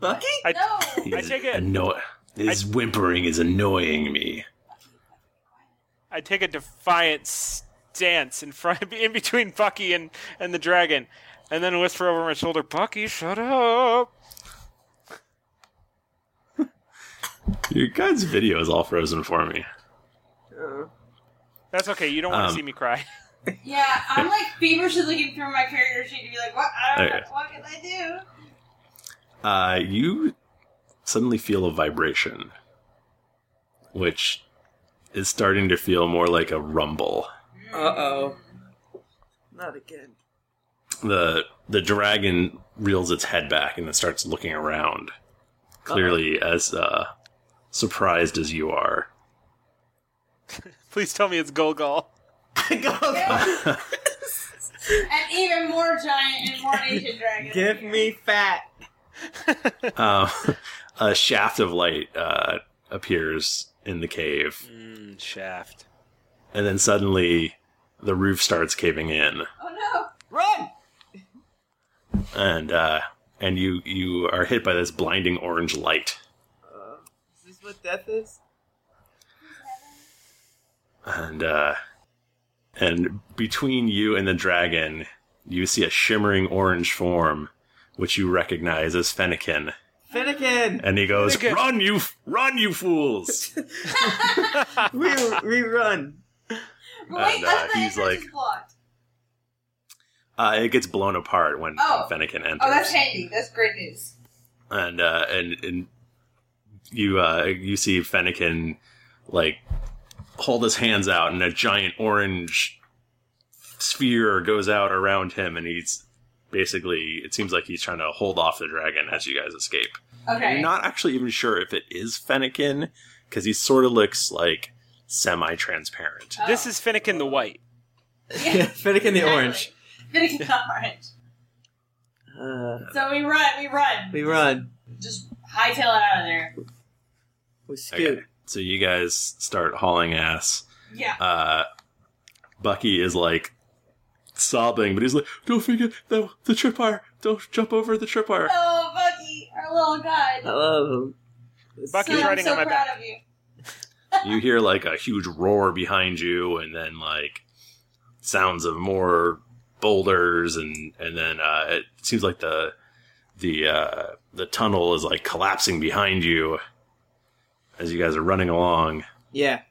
Speaker 3: Bucky?
Speaker 1: I,
Speaker 2: Oh,
Speaker 1: no. I
Speaker 4: He's
Speaker 1: take it.
Speaker 4: anno- his whimpering is annoying me.
Speaker 1: I take a defiant stance in front, in between Bucky and and the dragon, and then whisper over my shoulder, "Bucky, shut up."
Speaker 4: Your guys' video is all frozen for me.
Speaker 1: That's okay. You don't want to
Speaker 4: Um,
Speaker 1: see me cry.
Speaker 2: Yeah, I'm like feverishly looking through my character sheet to be like, what? I don't know,
Speaker 4: Okay.
Speaker 2: what can I do?
Speaker 4: Uh, you suddenly feel a vibration, which is starting to feel more like a rumble.
Speaker 3: uh oh. Not again.
Speaker 4: the the dragon reels its head back and then starts looking around clearly as uh surprised as you are
Speaker 1: Please tell me it's Golgol.
Speaker 2: An even more giant and more ancient dragon.
Speaker 3: Give me fat.
Speaker 4: um, a shaft of light uh appears in the cave
Speaker 1: Mm, shaft.
Speaker 4: and then suddenly the roof starts caving in
Speaker 2: Oh no!
Speaker 3: Run!
Speaker 4: and uh and you you are hit by this blinding orange light
Speaker 3: Uh, is this what death is?
Speaker 4: and uh and between you and the dragon you see a shimmering orange form which you recognize as Fennekin
Speaker 3: Finnegan!
Speaker 4: And he goes, "Run, you, f- run, you fools!"
Speaker 3: we, we run.
Speaker 2: Wait,
Speaker 4: and
Speaker 2: I
Speaker 4: uh,
Speaker 2: thought the entrance
Speaker 4: he's like,
Speaker 2: was blocked.
Speaker 4: uh, "It gets blown apart when,
Speaker 2: Oh.
Speaker 4: when Fennekin enters."
Speaker 2: Oh, that's handy. That's great news.
Speaker 4: and uh, and and you uh, you see Fennekin like hold his hands out, and a giant orange sphere goes out around him, and he's basically it seems like he's trying to hold off the dragon as you guys escape.
Speaker 2: Okay.
Speaker 4: You're not actually even sure if it is Fennekin because he sort of looks like semi-transparent.
Speaker 1: This is Finnegan the White.
Speaker 3: Yeah, Finnegan the orange.
Speaker 2: Finnegan orange.
Speaker 3: Uh,
Speaker 2: So we run, we run.
Speaker 3: we run.
Speaker 2: Just hightail it out of there.
Speaker 3: We scoot.
Speaker 4: So you guys start hauling ass.
Speaker 2: Yeah.
Speaker 4: Uh, Bucky is like sobbing, but he's like, "Don't forget the the tripwire. Don't jump over the tripwire."
Speaker 2: Oh, Bucky, our little guy.
Speaker 4: Hello.
Speaker 1: Bucky's
Speaker 2: so,
Speaker 1: riding
Speaker 2: I'm so
Speaker 1: on my
Speaker 2: proud
Speaker 1: back.
Speaker 2: of you.
Speaker 4: you hear like a huge roar behind you, and then like sounds of more boulders, and and then uh, it seems like the the uh, the tunnel is like collapsing behind you as you guys are running along.
Speaker 3: Yeah.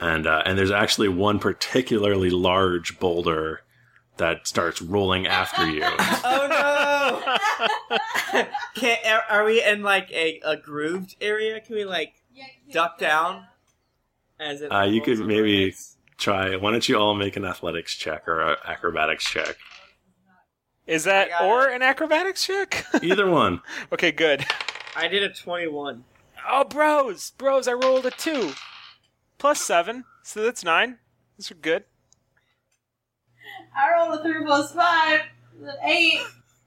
Speaker 4: and uh, and there's actually one particularly large boulder that starts rolling after you.
Speaker 3: Oh no! Can, are, are we in like a, a grooved area? Can we like duck down? As it
Speaker 4: Uh, you could maybe try. Why don't you all make an athletics check or a acrobatics check?
Speaker 1: Is that or an acrobatics check?
Speaker 4: Either one.
Speaker 1: okay, good.
Speaker 3: I did a twenty-one.
Speaker 1: Oh, bros, bros, I rolled a two, plus seven, so that's nine. These are good.
Speaker 2: I rolled a three plus five, an eight.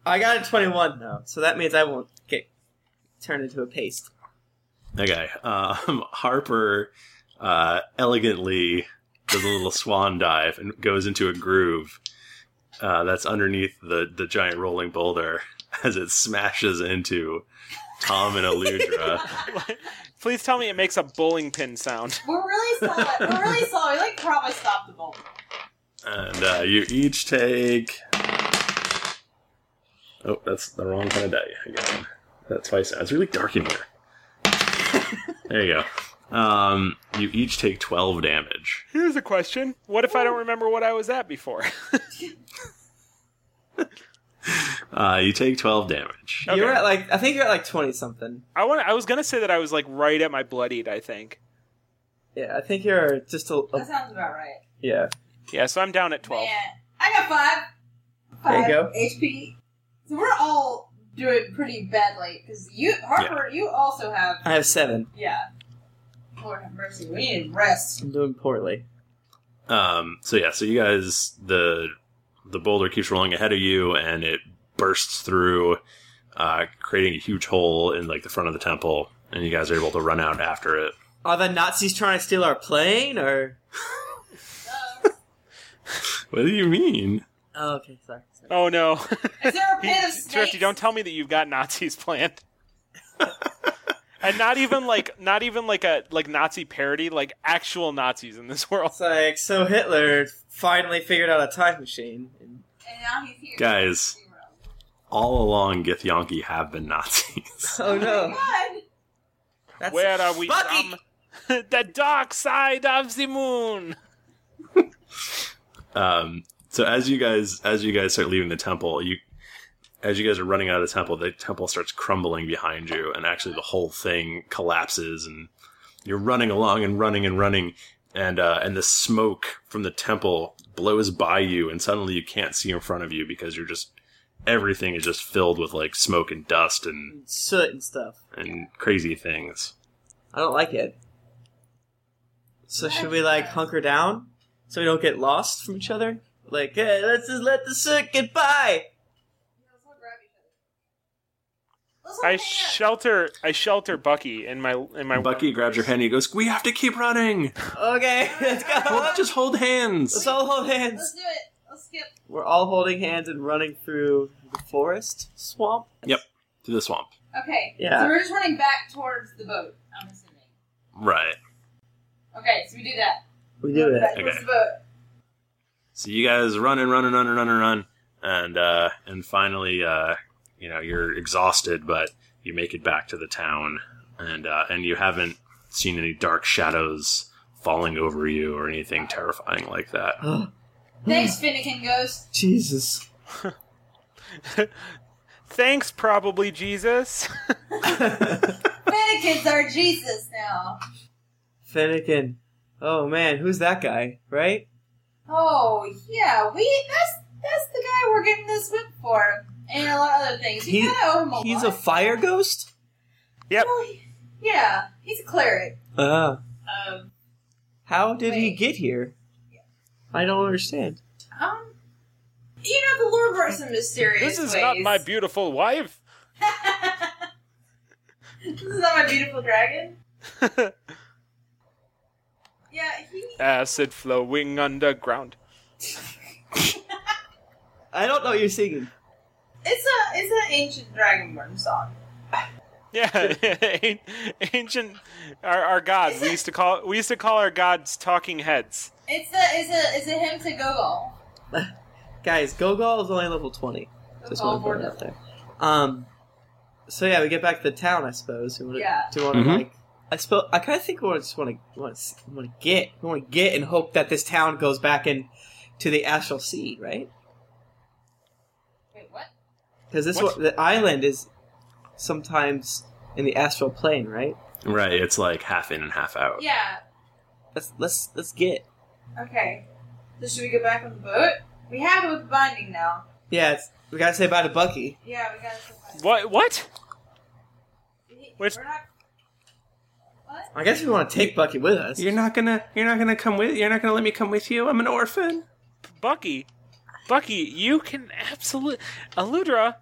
Speaker 3: I got a twenty-one though, so that means I won't get turned into a paste.
Speaker 4: Okay. Um, Harper uh, elegantly does a little swan dive and goes into a groove uh, that's underneath the, the giant rolling boulder as it smashes into Tom and Aludra.
Speaker 1: Please tell me it makes a bowling pin sound.
Speaker 2: We're really solid. We're really solid. We like probably stopped the bolt.
Speaker 4: And uh, you each take. Oh, that's the wrong kind of die again. That's twice. It's really dark in here. there you go. Um, you each take twelve damage.
Speaker 1: Here's a question: What if I don't remember what I was at before?
Speaker 4: Uh, you take twelve damage.
Speaker 3: You're at like I think you're at like twenty something.
Speaker 1: I want. I was gonna say that I was like right at my bloodied. I think.
Speaker 3: Yeah, I think you're just a,
Speaker 2: That
Speaker 3: a
Speaker 2: sounds about right.
Speaker 3: yeah.
Speaker 1: Yeah, so I'm down at twelve.
Speaker 2: I got five.
Speaker 3: There you
Speaker 2: Five
Speaker 3: go.
Speaker 2: HP. So we're all doing pretty badly because you, Harper, you also have.
Speaker 3: I have seven.
Speaker 2: Yeah. Lord have mercy. We need rest.
Speaker 3: I'm doing poorly.
Speaker 4: Um, so yeah, so you guys, the the boulder keeps rolling ahead of you, and it bursts through uh, creating a huge hole in like the front of the temple, and you guys are able to run out after it.
Speaker 3: Are the Nazis trying to steal our plane, or?
Speaker 4: What do you mean?
Speaker 3: Oh, okay, sorry.
Speaker 1: Oh no!
Speaker 2: Is there a pit of
Speaker 1: Drifty, don't tell me that you've got Nazis planned. and not even like not even like a like Nazi parody, like actual Nazis in this world.
Speaker 3: It's like so Hitler finally figured out a time machine.
Speaker 2: And now he's here.
Speaker 4: Guys, all along, Githyanki have been Nazis.
Speaker 3: Oh no!
Speaker 1: Where are we from? the dark side of the moon.
Speaker 4: Um, so as you guys as you guys start leaving the temple, you as you guys are running out of the temple, the temple starts crumbling behind you, and actually the whole thing collapses, and you're running along and running and running, and uh, and the smoke from the temple blows by you, and suddenly you can't see in front of you because you're just everything is just filled with like smoke and dust and
Speaker 3: Soot and stuff.
Speaker 4: and crazy things.
Speaker 3: I don't like it. So should we like hunker down so we don't get lost from each other? Like, hey, let's just let the soot get by.
Speaker 1: I shelter I shelter Bucky in my in my
Speaker 4: Bucky grabs your hand and he goes, "We have to keep running."
Speaker 3: Okay, let's go.
Speaker 4: just hold hands.
Speaker 3: Let's all hold hands.
Speaker 2: Let's do it. Let's skip.
Speaker 3: We're all holding hands and running through the forest swamp.
Speaker 4: Yep, to the swamp.
Speaker 2: Okay.
Speaker 4: Yeah.
Speaker 2: So we're just running back towards the boat. I'm assuming.
Speaker 4: Right.
Speaker 2: Okay, so we do that.
Speaker 3: We do it.
Speaker 2: Back towards the boat.
Speaker 4: So you guys run and run and run and run and run, and uh, and finally, uh, you know, you're exhausted, but you make it back to the town, and uh, and you haven't seen any dark shadows falling over you or anything terrifying like that.
Speaker 2: Thanks, Finnegan Ghost.
Speaker 3: Jesus.
Speaker 1: Thanks, probably Jesus.
Speaker 2: Finnegan's our Jesus now.
Speaker 3: Finnegan. Oh man, who's that guy? Right?
Speaker 2: Oh yeah, we that's that's the guy we're getting this whip for, and a lot of other things. You gotta owe him a
Speaker 3: he's
Speaker 2: lot.
Speaker 3: a fire ghost.
Speaker 1: Yep.
Speaker 2: yeah, he's a cleric.
Speaker 3: Uh,
Speaker 2: Um,
Speaker 3: how did he get here? I don't understand.
Speaker 2: um, you know the Lord works in mysterious
Speaker 1: This is
Speaker 2: ways.
Speaker 1: not my beautiful wife.
Speaker 2: this is not my beautiful dragon. yeah, he.
Speaker 1: Acid flowing underground.
Speaker 3: I don't know what you're singing.
Speaker 2: It's a it's an ancient dragonborn song.
Speaker 1: Yeah, an- ancient our, our god. We used to call we used to call our gods talking heads.
Speaker 2: It's a it's a it's a hymn to Gogol.
Speaker 3: Guys, Gogol is only level 20. Just
Speaker 2: Gogol
Speaker 3: want to
Speaker 2: Bordeaux.
Speaker 3: put it out there. Um, so yeah, we get back to the town, I suppose. We wanna,
Speaker 2: Yeah.
Speaker 3: Do you want to,
Speaker 4: Mhm.
Speaker 3: like... I suppose... I kind of think we wanna just want to want to want to get... We want to get and hope that this town goes back in to the Astral Sea, right?
Speaker 2: Wait, what?
Speaker 3: Because this
Speaker 2: What?
Speaker 3: one, the island is sometimes in the Astral Plane, right?
Speaker 4: Right, it's like half in and half out.
Speaker 2: Yeah.
Speaker 3: Let's let's let's get.
Speaker 2: Okay. So should we go back on the boat? We have it with binding now.
Speaker 3: Yeah, it's, we gotta say bye to Bucky.
Speaker 2: Yeah, we gotta.
Speaker 1: What? What?
Speaker 2: Which... We're not.
Speaker 3: I guess we want to take Bucky with us.
Speaker 4: You're not gonna. You're not gonna come with. You're not gonna let me come with you. I'm an orphan.
Speaker 1: Bucky, Bucky, you can absolutely Aludra.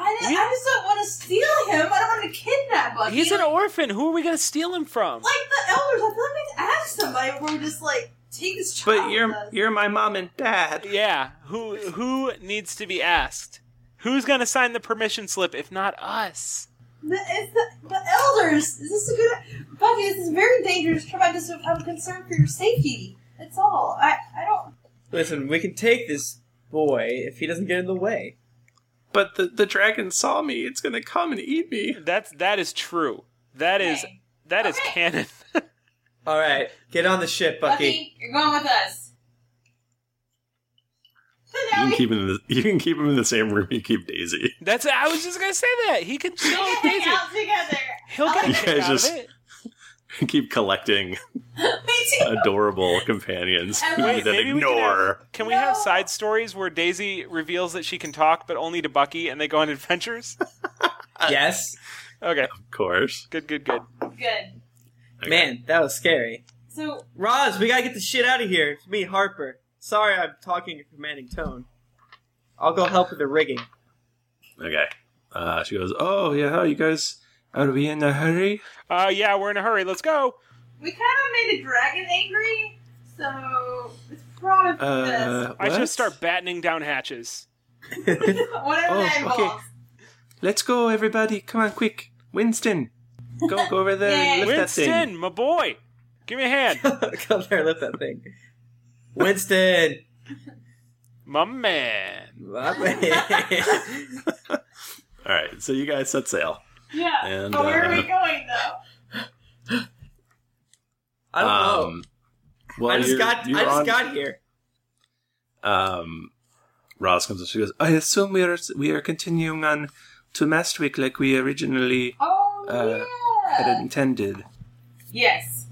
Speaker 2: I, didn't, I just don't want to steal him. I don't want to kidnap Bucky.
Speaker 1: He's an orphan. Who are we gonna steal him from?
Speaker 2: like the elders, I feel like we have to ask somebody before we just like take this child.
Speaker 1: But you're-
Speaker 2: with us.
Speaker 3: You're my mom and dad.
Speaker 1: Yeah. Who who needs to be asked? Who's gonna sign the permission slip if not us?
Speaker 2: The, it's the, the elders. Is this a good Bucky? This is very dangerous. Try my best. I'm concerned for your safety. That's all. I I don't.
Speaker 3: Listen, we can take this boy if he doesn't get in the way.
Speaker 4: But the the dragon saw me. It's gonna come and eat me.
Speaker 1: That's that is true. That is that is canon.
Speaker 3: All right, get on the ship, Bucky.
Speaker 2: Bucky, you're going with us.
Speaker 4: You can keep him. In the, you can keep him in the same room you keep Daisy.
Speaker 1: That's I was just gonna say that he can chill with
Speaker 2: Hang
Speaker 1: Daisy.
Speaker 2: out together.
Speaker 1: He'll get a
Speaker 4: You
Speaker 1: kick
Speaker 4: guys
Speaker 1: out
Speaker 4: just-
Speaker 1: of it.
Speaker 4: keep collecting
Speaker 2: Oh, Me too.
Speaker 4: adorable companions who
Speaker 1: Wait,
Speaker 4: you then
Speaker 1: maybe we can
Speaker 4: ignore.
Speaker 1: Can we have side stories where Daisy reveals that she can talk, but only to Bucky, and they go on adventures?
Speaker 3: Uh, yes.
Speaker 1: Okay.
Speaker 4: Of course.
Speaker 1: Good, good, good.
Speaker 4: Uh,
Speaker 2: Good.
Speaker 3: Man, that was scary.
Speaker 2: So
Speaker 3: Roz, we gotta get the shit out of here. It's me, Harper. Sorry, I'm talking in commanding tone. I'll go help with the rigging.
Speaker 4: Okay. Uh, she goes, "Oh yeah, you guys are we in a hurry?"
Speaker 1: Uh, yeah, we're in a hurry. Let's go.
Speaker 2: We kind of made a dragon angry, so it's probably
Speaker 4: Uh,
Speaker 1: I
Speaker 4: what?
Speaker 1: should start battening down hatches.
Speaker 2: whatever that
Speaker 4: Oh, okay.
Speaker 2: involves.
Speaker 4: Let's go, everybody! Come on, quick, Winston, go go over there, and lift
Speaker 1: Winston,
Speaker 4: that thing.
Speaker 1: my boy, give me a hand.
Speaker 3: Come there, lift that thing. Winston,
Speaker 1: my man.
Speaker 3: My man.
Speaker 4: All right, so you guys set sail.
Speaker 2: Yeah.
Speaker 4: And,
Speaker 2: oh, where are
Speaker 4: uh,
Speaker 2: we going though?
Speaker 1: Oh,
Speaker 3: I don't
Speaker 4: um, know.
Speaker 3: I
Speaker 4: Well,
Speaker 3: just
Speaker 4: you're-
Speaker 3: got
Speaker 4: you're
Speaker 3: I just
Speaker 4: on-
Speaker 3: got here.
Speaker 4: Um, Ross comes up. She goes, "I assume we are we are continuing on to Mastwick like we originally
Speaker 2: Oh,
Speaker 4: uh, had intended."
Speaker 2: Yes.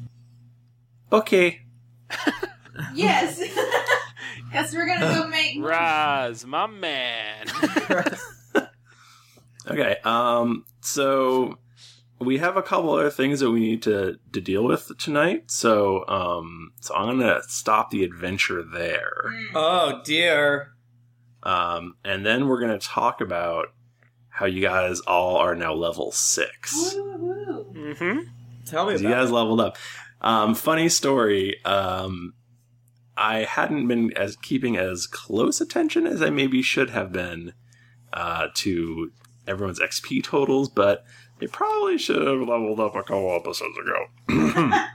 Speaker 4: Okay.
Speaker 2: Yes. Guess we're gonna go make.
Speaker 1: Roz, my man.
Speaker 4: Okay. Um. So we have a couple other things that we need to to deal with tonight. So um. So I'm gonna stop the adventure there.
Speaker 3: Oh dear.
Speaker 4: Um. And then we're gonna talk about how you guys all are now level six.
Speaker 1: Mm-hmm.
Speaker 3: Tell
Speaker 4: So you guys leveled up. Um, funny story. Um, I hadn't been as keeping as close attention as I maybe should have been uh, to everyone's XP totals, but they probably should have leveled up a couple episodes ago.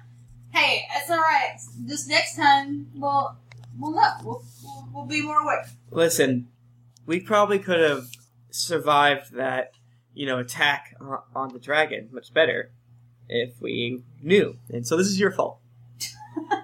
Speaker 2: Hey, it's all right. This next time, we'll we'll know. We'll, we'll, we'll be more aware.
Speaker 3: Listen, we probably could have survived that, you know, attack o- on the dragon much better if we knew. And so this is your fault.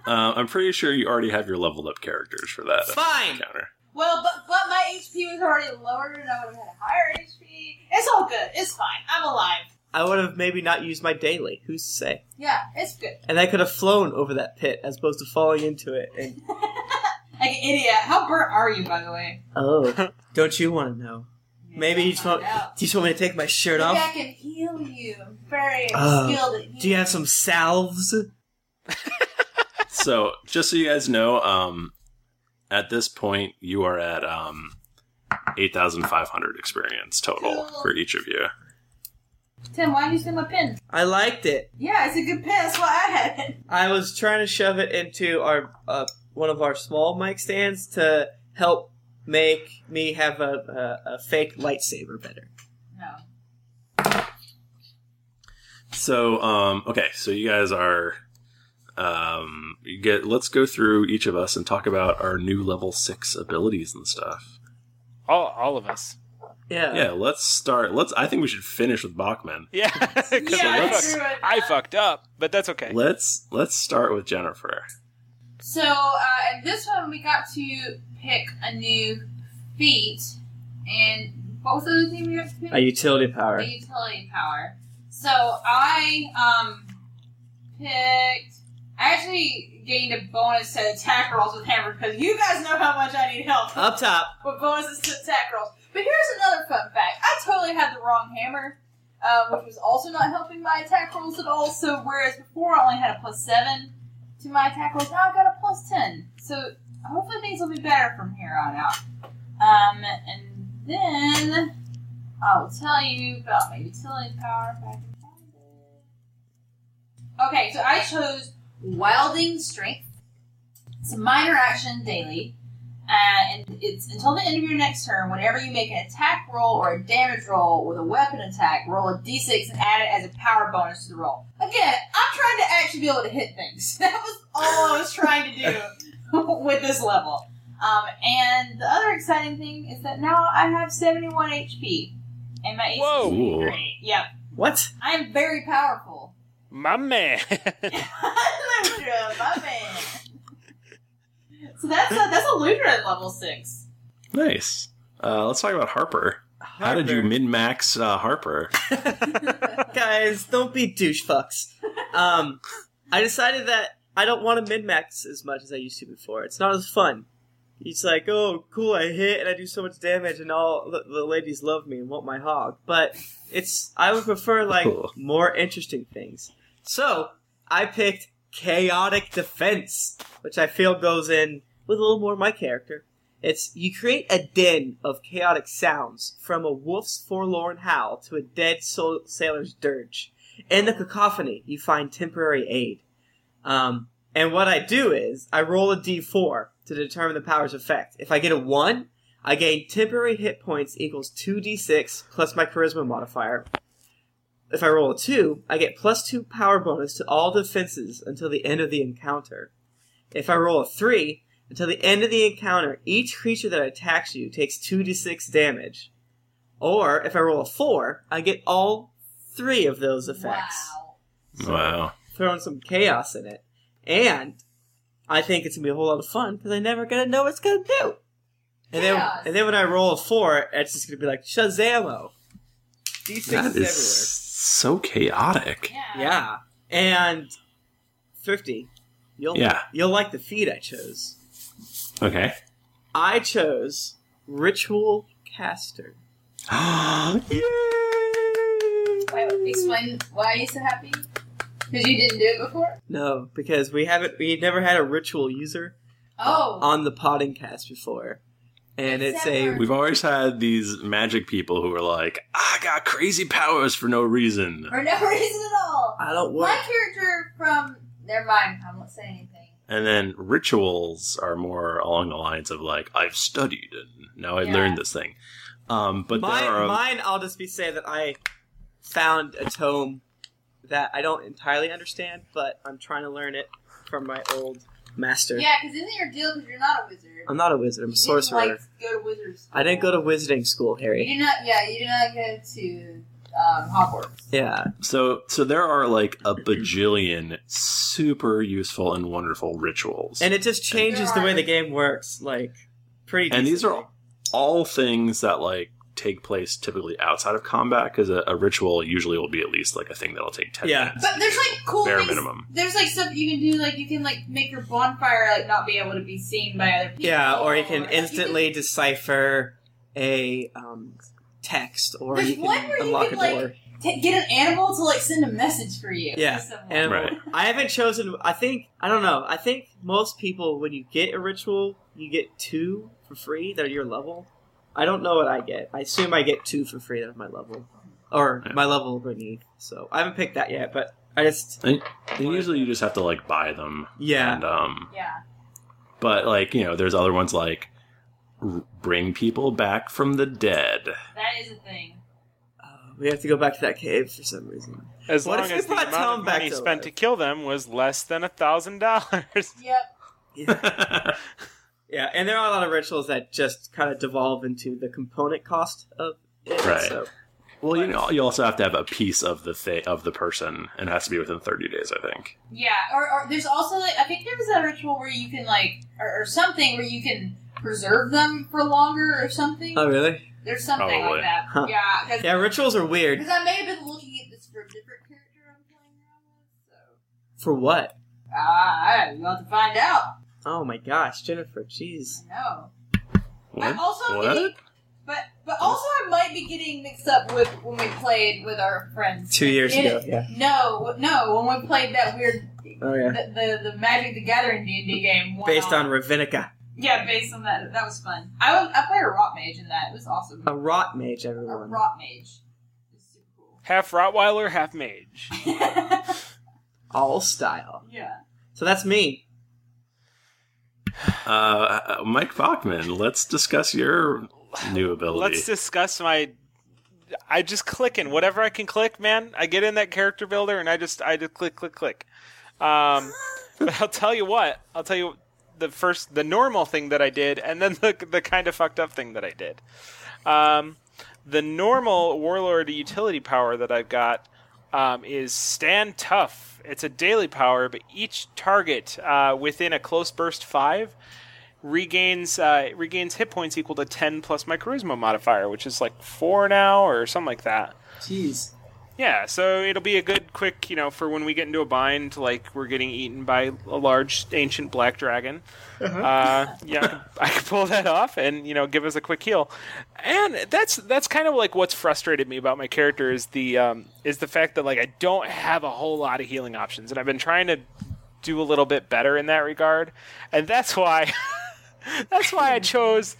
Speaker 4: Um, I'm pretty sure you already have your leveled up characters for that
Speaker 3: Fine.
Speaker 4: encounter.
Speaker 2: Well, but but my HP was already lower, and I would have had a higher HP. It's all good. It's fine. I'm alive.
Speaker 3: I would have maybe not used my daily. Who's to say?
Speaker 2: Yeah, it's good.
Speaker 3: And I could have flown over that pit as opposed to falling into it. And
Speaker 2: Like an idiot. How burnt are you, by the way?
Speaker 3: oh, don't you want to know? Maybe you just want do you just want me to take my shirt
Speaker 2: Maybe I
Speaker 3: off?
Speaker 2: can heal you. I'm very
Speaker 4: Uh,
Speaker 3: Oh,
Speaker 2: skilled at
Speaker 3: do you have some salves?
Speaker 4: so just so you guys know, um, at this point you are at um, 8,500 experience total for each of you.
Speaker 2: Tim, why didn't you send my pin?
Speaker 3: I liked it.
Speaker 2: Yeah, it's a good pin. That's why I had it.
Speaker 3: I was trying to shove it into our uh, one of our small mic stands to help make me have a, a, a fake lightsaber better.
Speaker 4: So, um, okay, so you guys are, um, you get. Let's go through each of us and talk about our new level six abilities and stuff.
Speaker 1: All, all of us.
Speaker 3: Yeah.
Speaker 4: Yeah. Let's start. Let's. I think we should finish with Bachman.
Speaker 1: Yeah. 'cause I, fucked, I fucked up, but that's okay.
Speaker 4: Let's let's start with Jennifer.
Speaker 2: So, uh, in this one, we got to pick a new feat. And what was the other thing we got to pick?
Speaker 3: A utility power.
Speaker 2: A utility power. So, I um, picked. I actually gained a bonus to attack rolls with hammer because you guys know how much I need help.
Speaker 3: Up top.
Speaker 2: with bonuses to attack rolls. But here's another fun fact: I totally had the wrong hammer, uh, which was also not helping my attack rolls at all. So whereas before I only had a plus seven to my attack rolls, now I got a plus ten. So hopefully things will be better from here on out. Um, and then I'll tell you about my utility power. If I can find it. Okay, so I chose wilding strength. It's a minor action daily. Uh, and it's until the end of your next turn, whenever you make an attack roll or a damage roll with a weapon attack, roll a d6 and add it as a power bonus to the roll. Again, I'm trying to actually be able to hit things. That was all I was trying to do with this level. Um, and the other exciting thing is that now I have 71 HP. And my AC
Speaker 1: Whoa.
Speaker 2: is great. Yep.
Speaker 3: What?
Speaker 2: I'm very powerful.
Speaker 1: My man.
Speaker 2: Ludra, my man. So that's a, that's a Ludra at level 6.
Speaker 4: Nice. Uh, let's talk about Harper. How did you min max uh, Harper?
Speaker 3: Guys, don't be douche fucks. Um, I decided that I don't want to min max as much as I used to before. It's not as fun. It's like, oh, cool, I hit and I do so much damage, and all the, the ladies love me and want my hog. But it's I would prefer like more interesting things. So I picked chaotic defense, which I feel goes in with a little more of my character. It's you create a din of chaotic sounds from a wolf's forlorn howl to a dead soul- sailor's dirge. In the cacophony, you find temporary aid. Um, and what I do is I roll a d4 to determine the power's effect. If I get a 1, I gain temporary hit points equals 2d6 plus my charisma modifier. If I roll a 2, I get plus 2 power bonus to all defenses until the end of the encounter. If I roll a 3, until the end of the encounter, each creature that attacks you takes 2d6 damage. Or if I roll a 4, I get all 3 of those effects.
Speaker 4: Wow.
Speaker 3: Throwing some chaos in it. And I think it's going to be a whole lot of fun because I'm never going to know what it's going to do. And then,
Speaker 2: Chaos.
Speaker 3: and then when I roll a 4, it's just going to be like Shazamo! D6
Speaker 4: That
Speaker 3: everywhere.
Speaker 4: is so chaotic.
Speaker 3: Yeah. And thrifty. You'll
Speaker 4: Yeah.
Speaker 3: you'll like the feed I chose.
Speaker 4: Okay.
Speaker 3: I chose ritual caster.
Speaker 2: Wait, explain why you're so happy? Because you didn't do it before?
Speaker 3: No, because we haven't we never had a ritual user
Speaker 2: Oh.
Speaker 3: Uh, on the potting cast before. And it's a
Speaker 4: We've always had these magic people who are like, I got crazy powers for no reason.
Speaker 2: For no reason at all.
Speaker 3: I don't
Speaker 2: My character from. Never mind. I won't say anything.
Speaker 4: And then rituals are more along the lines of like, I've studied and now I
Speaker 3: Yeah.
Speaker 4: learned this thing. Um, but
Speaker 3: mine,
Speaker 4: there are
Speaker 3: mine I'll just be saying that I found a tome that I don't entirely understand, but I'm trying to learn it from my old master.
Speaker 2: Yeah, because isn't your deal because you're not a wizard?
Speaker 3: I'm not a wizard, I'm a
Speaker 2: You didn't,
Speaker 3: sorcerer.
Speaker 2: like, go to wizards.
Speaker 3: I didn't go to wizarding school, Harry.
Speaker 2: You do not. Yeah, you do not go to um, Hogwarts.
Speaker 3: Yeah.
Speaker 4: So so there are like a bajillion super useful and wonderful rituals.
Speaker 3: And it just changes the way the game works, like pretty.
Speaker 4: and these are all things that like take place typically outside of combat because a, a ritual usually will be at least like a thing that'll take 10 minutes
Speaker 2: But there's like cool
Speaker 4: bare
Speaker 2: things.
Speaker 4: minimum
Speaker 2: There's like stuff you can do. Like you can like make your bonfire like not be able to be seen by other people.
Speaker 3: yeah, or you can instantly decipher a um, text, or
Speaker 2: There's
Speaker 3: you can
Speaker 2: one where you
Speaker 3: unlock
Speaker 2: can,
Speaker 3: a door.
Speaker 2: like, T- get an animal to like send a message for you.
Speaker 3: yeah,
Speaker 2: to someone.
Speaker 3: and I haven't chosen. I think I don't know. I think most people, when you get a ritual, you get two for free that are your level. I don't know what I get. I assume I get two for free that are my level, or my level beneath. So I haven't picked that yet, but I just
Speaker 4: and, and usually you just have to like buy them
Speaker 3: Yeah.
Speaker 4: and um
Speaker 2: yeah.
Speaker 4: but like you know there's other ones like r- bring people back from the dead
Speaker 2: That is a thing.
Speaker 3: we have to go back to that cave for some reason.
Speaker 1: As
Speaker 3: What
Speaker 1: long
Speaker 3: if
Speaker 1: as
Speaker 3: we
Speaker 1: the
Speaker 3: brought
Speaker 1: amount
Speaker 3: Tom
Speaker 1: of
Speaker 3: back
Speaker 1: money
Speaker 3: to
Speaker 1: spent to kill them was less than a thousand dollars.
Speaker 2: Yep.
Speaker 3: Yeah, and there are a lot of rituals that just kind of devolve into the component cost of it.
Speaker 4: right
Speaker 3: So
Speaker 4: well you know you also have to have a piece of the thing of the person and it has to be within 30 days i think
Speaker 2: Yeah, or, or there's also like I think there was a ritual where you can like or, or something where you can preserve them for longer or something.
Speaker 3: Oh, really?
Speaker 2: There's something like
Speaker 3: Probably.
Speaker 2: that.
Speaker 3: Huh.
Speaker 2: Yeah, because
Speaker 3: Yeah, rituals are weird.
Speaker 2: I may have been looking at this for a different character.
Speaker 3: For what?
Speaker 2: Ah, you have to find out.
Speaker 3: Oh my gosh, Jennifer, jeez.
Speaker 2: No,
Speaker 4: What?
Speaker 2: I'm also getting, but but also I might be getting mixed up with when we played with our friends
Speaker 3: Two years
Speaker 2: It-
Speaker 3: ago, yeah.
Speaker 2: No, no, when we played that weird.
Speaker 3: Oh, yeah.
Speaker 2: The, the the Magic the Gathering D and D game one
Speaker 3: Based on Ravenica.
Speaker 2: Yeah, based on that, that was fun. I was, I played a rot mage in that. It was awesome.
Speaker 3: A rot mage,
Speaker 2: A
Speaker 3: everyone.
Speaker 2: rot mage.
Speaker 1: half Rottweiler, half mage.
Speaker 3: All style.
Speaker 2: Yeah.
Speaker 3: So that's me.
Speaker 4: uh mike bachman let's discuss your new ability
Speaker 1: Let's discuss my. I just click in whatever I can click, man. I get in that character builder and I just I just click click click. Um, but I'll tell you what. I'll tell you the first the normal thing that I did, and then the the kind of fucked up thing that I did. Um, the normal warlord utility power that I've got um, is stand tough. It's a daily power, but each target uh, within a close burst five regains uh, regains hit points equal to ten plus my charisma modifier, which is like four now or something like that.
Speaker 3: Jeez.
Speaker 1: Yeah, so it'll be a good quick, you know, for when we get into a bind, like we're getting eaten by a large ancient black dragon.
Speaker 10: Uh-huh.
Speaker 1: Uh, yeah, I could- I could pull that off and you know give us a quick heal. And that's that's kind of like what's frustrated me about my character is the um, is the fact that like I don't have a whole lot of healing options, and I've been trying to do a little bit better in that regard, and that's why That's why I chose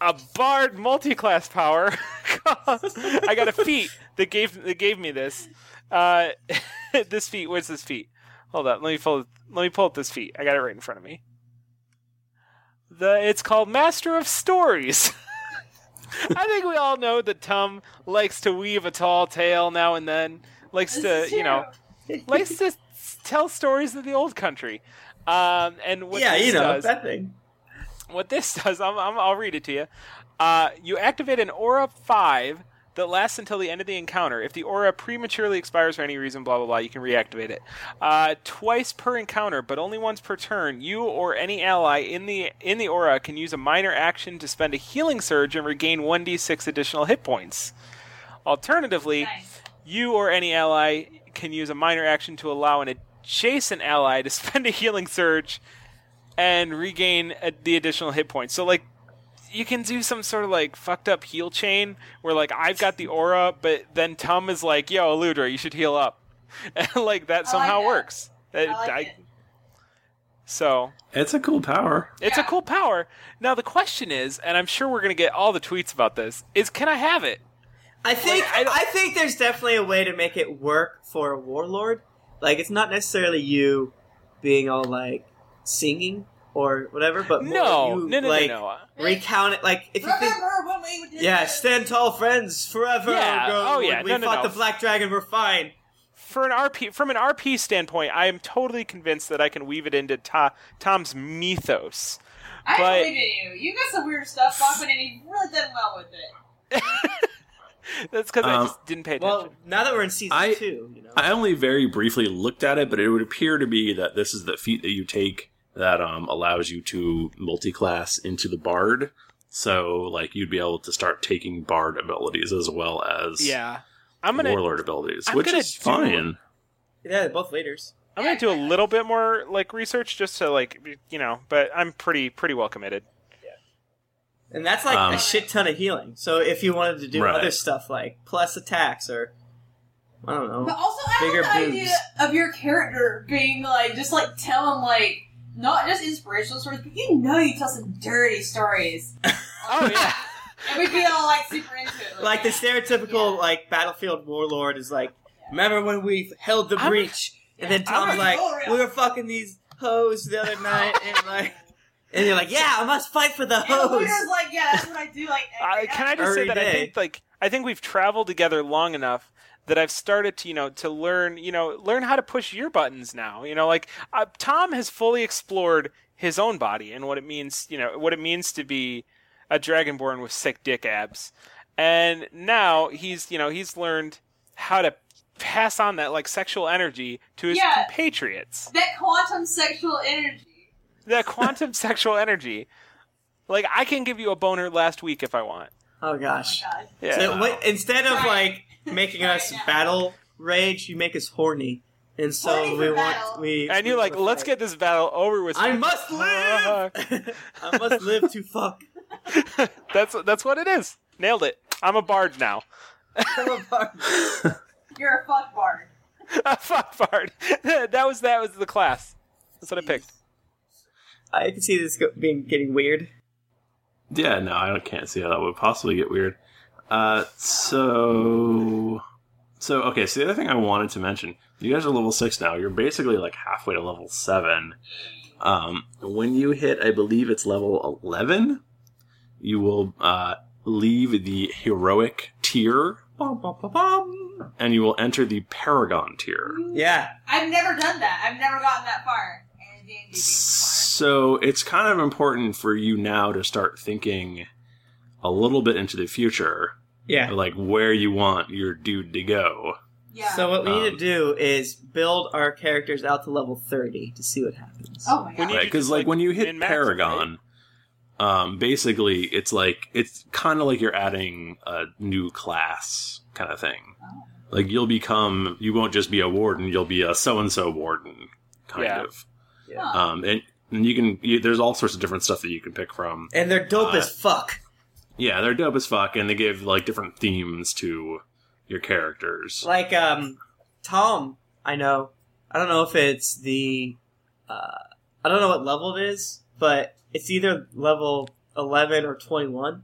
Speaker 1: a bard multi-class power. I got a feat that gave that gave me this. Uh, this feat. Where's this feat? Hold up. Let me pull. Let me pull up this feat. I got it right in front of me. The it's called Master of Stories. I think we all know that Tom likes to weave a tall tale now and then. Likes
Speaker 2: This is
Speaker 1: to, you know, likes to s- tell stories of the old country. Um, and what
Speaker 3: yeah,
Speaker 1: this
Speaker 3: you know
Speaker 1: does,
Speaker 3: that thing.
Speaker 1: what this does, I'm, I'm, I'll read it to you. Uh, you activate an aura five that lasts until the end of the encounter. If the aura prematurely expires for any reason, blah blah blah, you can reactivate it uh, twice per encounter, but only once per turn. You or any ally in the in the aura can use a minor action to spend a healing surge and regain one d6 additional hit points. Alternatively, you or any ally can use a minor action to allow an adjacent ally to spend a healing surge and regain uh the additional hit points. So like you can do some sort of like fucked up heal chain where like I've got the aura, but then Tom is like, "Yo, Eludra, you should heal up," and like that somehow works. That- I- So
Speaker 4: It's a cool power.
Speaker 1: it's a cool power. Now the question is, and I'm sure we're gonna get all the tweets about this: is can I have it?
Speaker 3: I think I, think there's definitely a way to make it work for a warlord. Like it's not necessarily you being all like singing or whatever, but more
Speaker 1: No,
Speaker 3: you,
Speaker 1: no, no, no,
Speaker 3: like,
Speaker 1: no.
Speaker 3: Recount it like if you think
Speaker 2: Remember when we did
Speaker 3: yeah, stand tall, friends, forever.
Speaker 1: Yeah,
Speaker 3: ago,
Speaker 1: oh,
Speaker 3: when
Speaker 1: yeah,
Speaker 3: we
Speaker 1: no, no,
Speaker 3: fought
Speaker 1: no.
Speaker 3: the black dragon. We're fine.
Speaker 1: For an RP, from an RP standpoint, I am totally convinced that I can weave it into Ta- Tom's mythos.
Speaker 2: I
Speaker 1: but
Speaker 2: believe in you. You got some weird stuff, Bachman, and you've really done well with it.
Speaker 1: that's because I
Speaker 4: Um,
Speaker 1: just didn't pay attention.
Speaker 3: Well, now that we're in season two, you know,
Speaker 4: I only very briefly looked at it, but it would appear to be that this is the feat that you take that um, allows you to multi-class into the bard. So, like, you'd be able to start taking bard abilities as well as
Speaker 1: yeah, I'm gonna
Speaker 4: warlord abilities,
Speaker 1: I'm
Speaker 4: which
Speaker 1: gonna
Speaker 4: is
Speaker 1: do-
Speaker 4: fine.
Speaker 3: yeah, both leaders.
Speaker 1: I'm gonna do a little bit more like research just to like you know, but I'm pretty pretty well committed.
Speaker 3: And that's like
Speaker 1: Um,
Speaker 3: a shit ton of healing. So if you wanted to do
Speaker 1: Right.
Speaker 3: other stuff like plus attacks or I don't know,
Speaker 2: But also, I
Speaker 3: bigger
Speaker 2: like the
Speaker 3: boobs.
Speaker 2: idea of your character being like, just like telling like not just inspirational stories, but you know you tell some dirty stories.
Speaker 1: oh yeah,
Speaker 2: and we'd be all like super into it.
Speaker 3: like the stereotypical like battlefield warlord is like, remember when we held the
Speaker 2: I'm-
Speaker 3: breach? And then
Speaker 2: Yeah. I'm
Speaker 3: Tom's
Speaker 2: a
Speaker 3: like,
Speaker 2: warrior."
Speaker 3: we were fucking these hoes the other night, and like, and you're like, yeah, I must fight for the
Speaker 2: And
Speaker 3: hoes.
Speaker 2: Leader's like, yeah, that's what I do. Like,
Speaker 1: I, can I just
Speaker 3: Every
Speaker 1: say that I
Speaker 3: day.
Speaker 1: think like I think we've traveled together long enough that I've started to you know to learn you know learn how to push your buttons now. You know, like uh, Tom has fully explored his own body and what it means. You know what it means to be a dragonborn with sick dick abs, and now he's you know he's learned how to pass on that like sexual energy to his
Speaker 2: Yeah.
Speaker 1: compatriots.
Speaker 2: that quantum sexual energy.
Speaker 1: the quantum sexual energy. Like I can give you a boner last week if I want.
Speaker 3: Oh gosh.
Speaker 1: Yeah.
Speaker 3: So what, instead of like making us battle rage, you make us horny, and so we want we.
Speaker 1: and you're like, let's get this battle over with.
Speaker 3: I must live. I must live to fuck.
Speaker 1: that's that's what it is. Nailed it. I'm a bard now.
Speaker 2: You're a fuck bard.
Speaker 1: a fuck bard. that was that was the class. That's what I picked.
Speaker 3: I can see this go- being getting weird.
Speaker 4: Yeah, no, I don't- can't see how that would possibly get weird. Uh, so, so okay. So the other thing I wanted to mention, you guys are level six now. You're basically like halfway to level seven. Um, when you hit, I believe it's level eleven, you will uh, leave the heroic tier
Speaker 3: Bum, bum, bum, bum.
Speaker 4: and you will enter the paragon tier.
Speaker 3: Yeah.
Speaker 2: I've never done that. I've never gotten that far.
Speaker 4: So it's kind of important for you now to start thinking a little bit into the future.
Speaker 3: Yeah.
Speaker 4: Like where you want your dude to go.
Speaker 3: So what we need to
Speaker 4: Um,
Speaker 3: do is build our characters out to level thirty to see what happens.
Speaker 2: Oh my
Speaker 4: Because like, when you hit Paragon, um, basically it's like it's kind of like you're adding a new class kind of thing.
Speaker 3: Oh.
Speaker 4: Like you'll become, you won't just be a warden, you'll be a so and so warden kind
Speaker 3: Yeah.
Speaker 4: of.
Speaker 3: Yeah.
Speaker 4: Um, and, and you can you, there's all sorts of different stuff that you can pick from.
Speaker 3: And they're dope
Speaker 4: Uh,
Speaker 3: as fuck.
Speaker 4: Yeah, they're dope as fuck, and they give like different themes to your characters.
Speaker 3: Like um, Tom, I know. I don't know if it's the, uh, I don't know what level it is, but it's either level 11 or 21.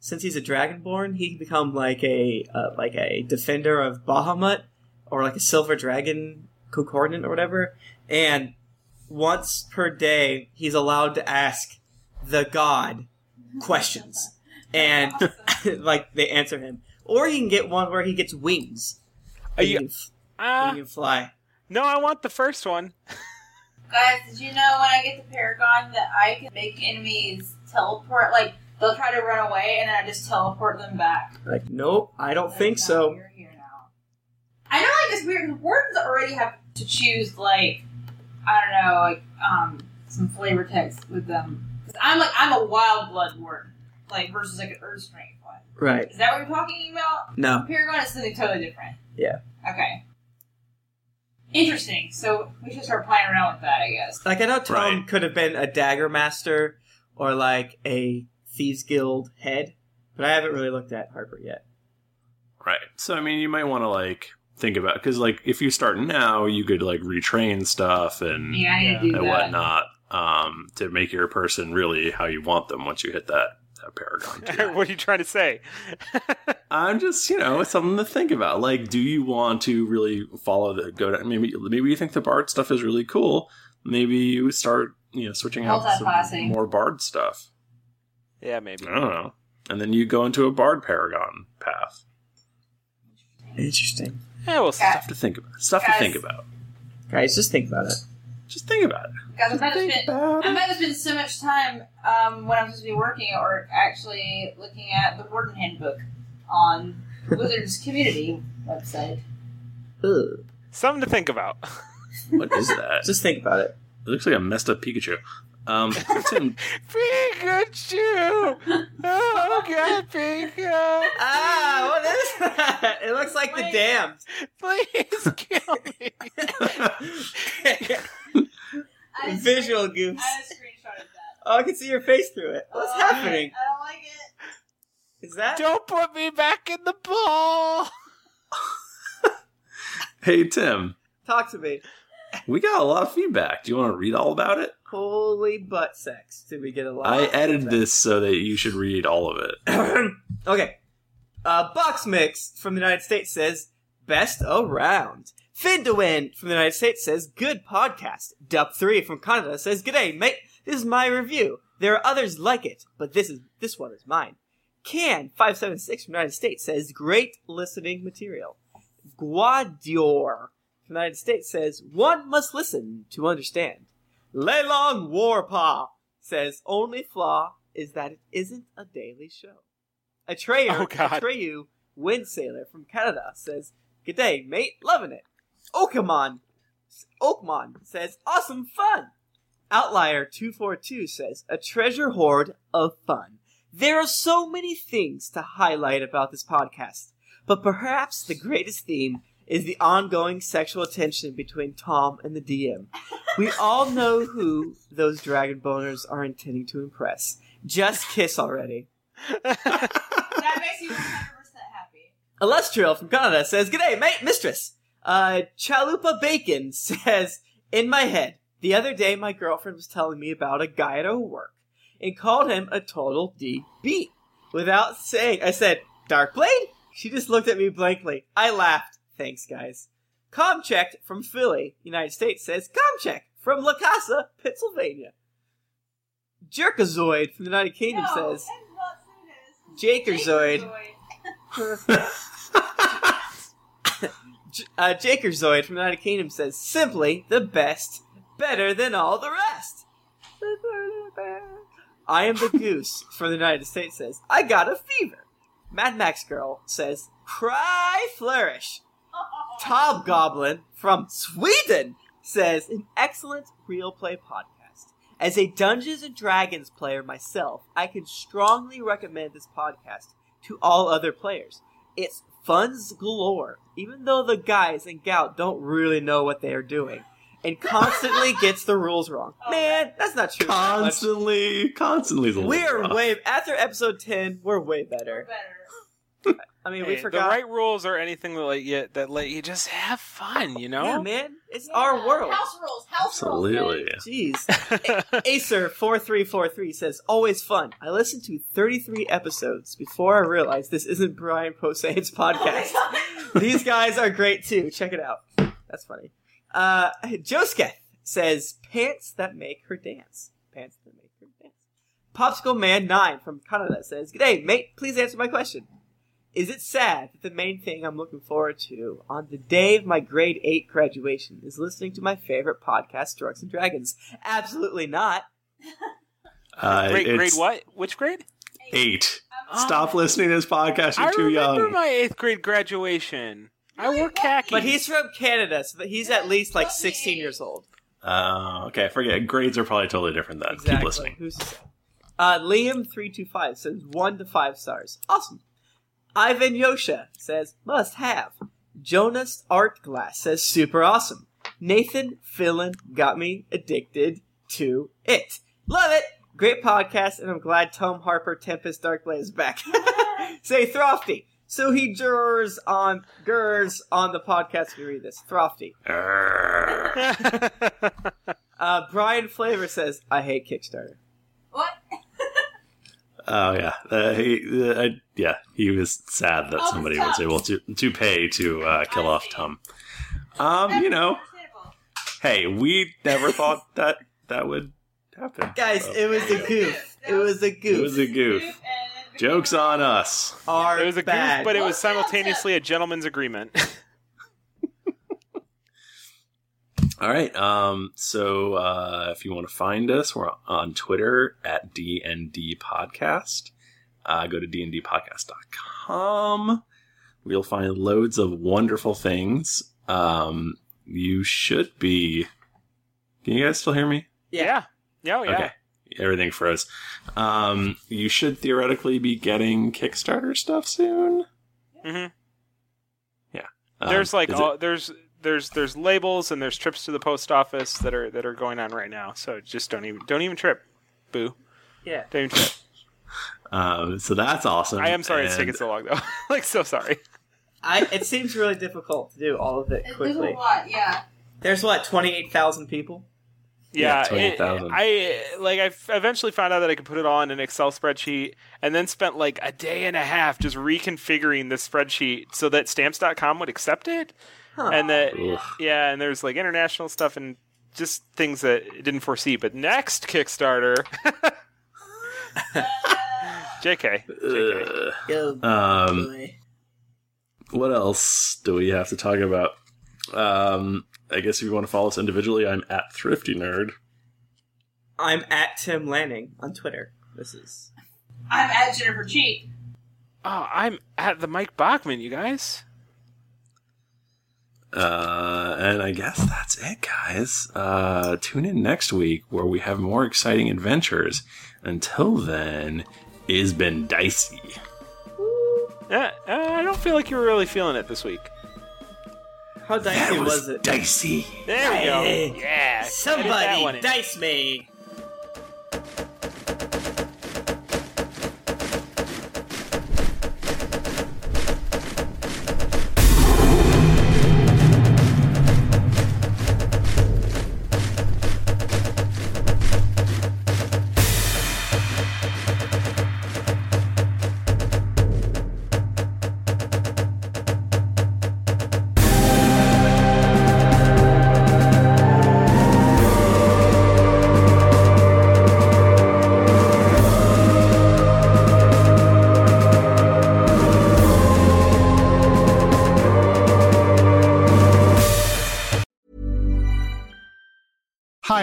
Speaker 3: Since he's a dragonborn, he can become like a uh, like a defender of Bahamut or like a silver dragon concordant or whatever. And once per day, he's allowed to ask the god questions, and like they answer him. Or he can get one where he gets wings.
Speaker 1: Are
Speaker 3: He
Speaker 1: you-
Speaker 3: can f-
Speaker 1: Ah,
Speaker 3: he can fly.
Speaker 1: no, I want the first one.
Speaker 2: Guys, did you know when I get the Paragon that I can make enemies teleport? Like, they'll try to run away and then I just teleport them back.
Speaker 3: Like, nope, I don't think so.
Speaker 2: I know, like, it's weird 'cause wardens already have to choose, like, I don't know, like, um, some flavor text with them. Because I'm like, I'm a wild blood warden, like, versus like an earth strength one.
Speaker 3: Right.
Speaker 2: Is that what you're talking about?
Speaker 3: No.
Speaker 2: Paragon is something totally different.
Speaker 3: Yeah.
Speaker 2: Okay. Interesting. So we should start playing around with that, I guess.
Speaker 3: Like I know Tom could have been a dagger master or like a thieves guild head, but I haven't really looked at Harper yet.
Speaker 4: Right. So I mean, you might want to like think about because like if you start now, you could like retrain stuff and
Speaker 2: Yeah, I need to do that.
Speaker 4: and whatnot um, to make your person really how you want them once you hit that that paragon.
Speaker 1: what are you trying to say?
Speaker 4: I'm just you know it's something to think about. Like, do you want to really follow the go down? Maybe maybe you think the bard stuff is really cool. Maybe you start you know switching out some
Speaker 2: Multi-classing.
Speaker 4: more bard stuff.
Speaker 1: Yeah, maybe.
Speaker 4: I don't know. And then you go into a bard paragon path.
Speaker 3: Interesting.
Speaker 1: Yeah, well,
Speaker 3: Ah.
Speaker 4: stuff to think about. Stuff to
Speaker 2: Guys.
Speaker 4: think about.
Speaker 3: Guys, just think about it.
Speaker 4: Just think about it.
Speaker 2: Guys, I'm about to spend, I'm about to spend so much time um, when I'm supposed to be working or actually looking at the Warden Handbook on the Wizards Community website.
Speaker 1: Something to think about.
Speaker 4: What is that?
Speaker 3: Just think about it.
Speaker 4: It looks like a messed up Pikachu. Um, Tim,
Speaker 1: Pikachu! Oh, God, Pikachu!
Speaker 3: Ah, what is that? It looks like the damned.
Speaker 1: Please kill me.
Speaker 3: Visual goofs. Oh, I can see your face through it. What's
Speaker 2: Oh. I
Speaker 3: happening?
Speaker 2: don't like it.
Speaker 3: Is that?
Speaker 1: Don't put me back in the ball.
Speaker 4: hey Tim,
Speaker 3: Talk to me.
Speaker 4: we got a lot of feedback. Do you want to read all about it?
Speaker 3: Holy butt sex. Did we get a lot?
Speaker 4: I added this so that you should read all of it.
Speaker 3: Okay. Uh, Box Mix from the United States says, best around. Fid to Win from the United States says, good podcast. Dup3 from Canada says, g'day, mate. This is my review. There are others like it, but this is this one is mine. Can576 from the United States says, great listening material. Guadior from the United States says, one must listen to understand. Leilong Warpaw says, only flaw is that it isn't a daily show. Atreyu,
Speaker 1: Oh, God.
Speaker 3: Atreyu Windsailor from Canada says, G'day, mate, loving it. Okamon, Oakmon says, awesome fun. Outlier242 says, a treasure hoard of fun. There are so many things to highlight about this podcast, but perhaps the greatest theme is the ongoing sexual tension between Tom and the DM. We all know who those dragon boners are intending to impress. Just kiss already.
Speaker 2: That makes you 100% happy.
Speaker 3: Illustrial from Canada says, G'day, mate, mistress. Uh, Chalupa Bacon says, In my head, the other day my girlfriend was telling me about a guy at her work and called him a total DB. Without saying, I said, Dark Blade? She just looked at me blankly. I laughed. Thanks, guys. Comcheck from Philly, United States says, Comcheck from La Casa, Pennsylvania. Jerkazoid from the United Kingdom says, Jakerzoid. J- uh, Jakerzoid from the United Kingdom says, simply the best, better than all the rest. I am the goose from the United States says, I got a fever. Mad Max Girl says, cry flourish. Tom Goblin from Sweden says, an excellent real play podcast. As a Dungeons and Dragons player myself, I can strongly recommend this podcast to all other players. It's fun's galore, even though the guys in Gout don't really know what they are doing, and constantly gets the rules wrong. Man, that's not true.
Speaker 4: Constantly, constantly. is a little
Speaker 3: We're
Speaker 4: rough.
Speaker 3: way after episode ten. We're way better. I mean,
Speaker 1: Hey,
Speaker 3: we forgot.
Speaker 1: the right rules are anything that let you that let you just have fun. You know,
Speaker 3: Yeah, man, it's our world. House
Speaker 2: rules, house
Speaker 1: Absolutely.
Speaker 3: Jeez. A- Acer4343 says, always fun. I listened to 33 episodes before I realized this isn't Brian Posehn's podcast. These guys are great too. Check it out. That's funny. Uh, Josketh says, pants that make her dance. Pants that make her dance. Popsicle Man 9 from Canada says, G'day, mate. Please answer my question. Is it sad that the main thing I'm looking forward to on the day of my grade 8 graduation is listening to my favorite podcast, Drugs and Dragons? Absolutely not.
Speaker 4: Uh,
Speaker 1: Great grade
Speaker 4: it's
Speaker 1: what? Which grade?
Speaker 4: Eight. Stop listening to this podcast. You're
Speaker 1: I
Speaker 4: too
Speaker 1: remember
Speaker 4: young.
Speaker 1: my eighth grade graduation. I wore khakis.
Speaker 3: But he's from Canada, so that he's at least like 16 years old.
Speaker 4: Uh, okay, I forget. Grades are probably totally different then. Keep
Speaker 3: Exactly.
Speaker 4: listening.
Speaker 3: Who's to say? Uh, Liam325 says 1 to 5 stars. Awesome. Ivan Yosha says must have. Jonas Artglass says super awesome. Nathan Fillon got me addicted to it. Love it. Great podcast, and I'm glad Tom Harper Tempest Darkblade is back. Say Throfty. So he jurors on gurs on the podcast. We read this. Throfty. Uh, Brian Flavor says, I hate Kickstarter.
Speaker 4: Oh yeah, uh, he, uh, I- yeah. He was sad that
Speaker 2: Oh,
Speaker 4: somebody
Speaker 2: stop.
Speaker 4: was able to to pay to uh, kill off Tom. Um, you know, hey, we never thought that that would happen.
Speaker 3: Guys, it was a goof. It was a goof.
Speaker 4: It was a goof. Jokes on us.
Speaker 3: Are
Speaker 1: it was a
Speaker 3: bad.
Speaker 1: goof, but it was simultaneously a gentleman's agreement.
Speaker 4: All right. Um, so uh, if you want to find us, we're on Twitter at DND Podcast. Uh, go to dndpodcast.com. We'll find loads of wonderful things. Um, you should be. Can you guys still hear me?
Speaker 1: Yeah. Yeah. yeah.
Speaker 4: Okay. Everything froze. Um, you should theoretically be getting Kickstarter stuff soon.
Speaker 1: hmm
Speaker 4: Yeah. Um,
Speaker 1: Mm-hmm. there's like
Speaker 4: is it-
Speaker 1: all, there's there's there's labels and there's trips to the post office that are that are going on right now. So just don't even don't even trip. Boo.
Speaker 3: Yeah.
Speaker 1: Don't even trip.
Speaker 4: um, so that's awesome.
Speaker 1: I am sorry it's taking
Speaker 4: And-
Speaker 1: so long though. like so sorry.
Speaker 3: I, it seems really difficult to do all of it
Speaker 2: There's a
Speaker 3: quickly.
Speaker 2: lot, yeah.
Speaker 3: There's what, 28,000 people?
Speaker 1: Yeah,
Speaker 3: Yeah,
Speaker 1: it-
Speaker 3: 28,000.
Speaker 1: I like I f- eventually found out that I could put it all in an Excel spreadsheet and then spent like a day and a half just reconfiguring the spreadsheet so that stamps.com would accept it.
Speaker 3: Huh.
Speaker 1: And that
Speaker 4: Oof.
Speaker 1: yeah, and there's like international stuff and just things that I didn't foresee. But next Kickstarter JK. JK.
Speaker 4: Um, What else do we have to talk about? Um, I guess if you want to follow us individually, I'm at Thrifty Nerd.
Speaker 3: I'm at Tim Lanning on Twitter. This is.
Speaker 2: I'm at Jennifer Cheek.
Speaker 1: Oh, I'm at the Mike Bachman, you guys.
Speaker 4: Uh, and I guess that's it, guys. Uh, tune in next week where we have more exciting adventures. Until then, it's been dicey.
Speaker 1: Uh, uh, I don't feel like you were really feeling it this week.
Speaker 3: How dicey
Speaker 1: That was
Speaker 3: was it?
Speaker 4: Dicey.
Speaker 1: There we go.
Speaker 3: Hey,
Speaker 1: Yeah. edit that one
Speaker 3: Somebody
Speaker 1: in.
Speaker 3: dice me.
Speaker 6: Hi,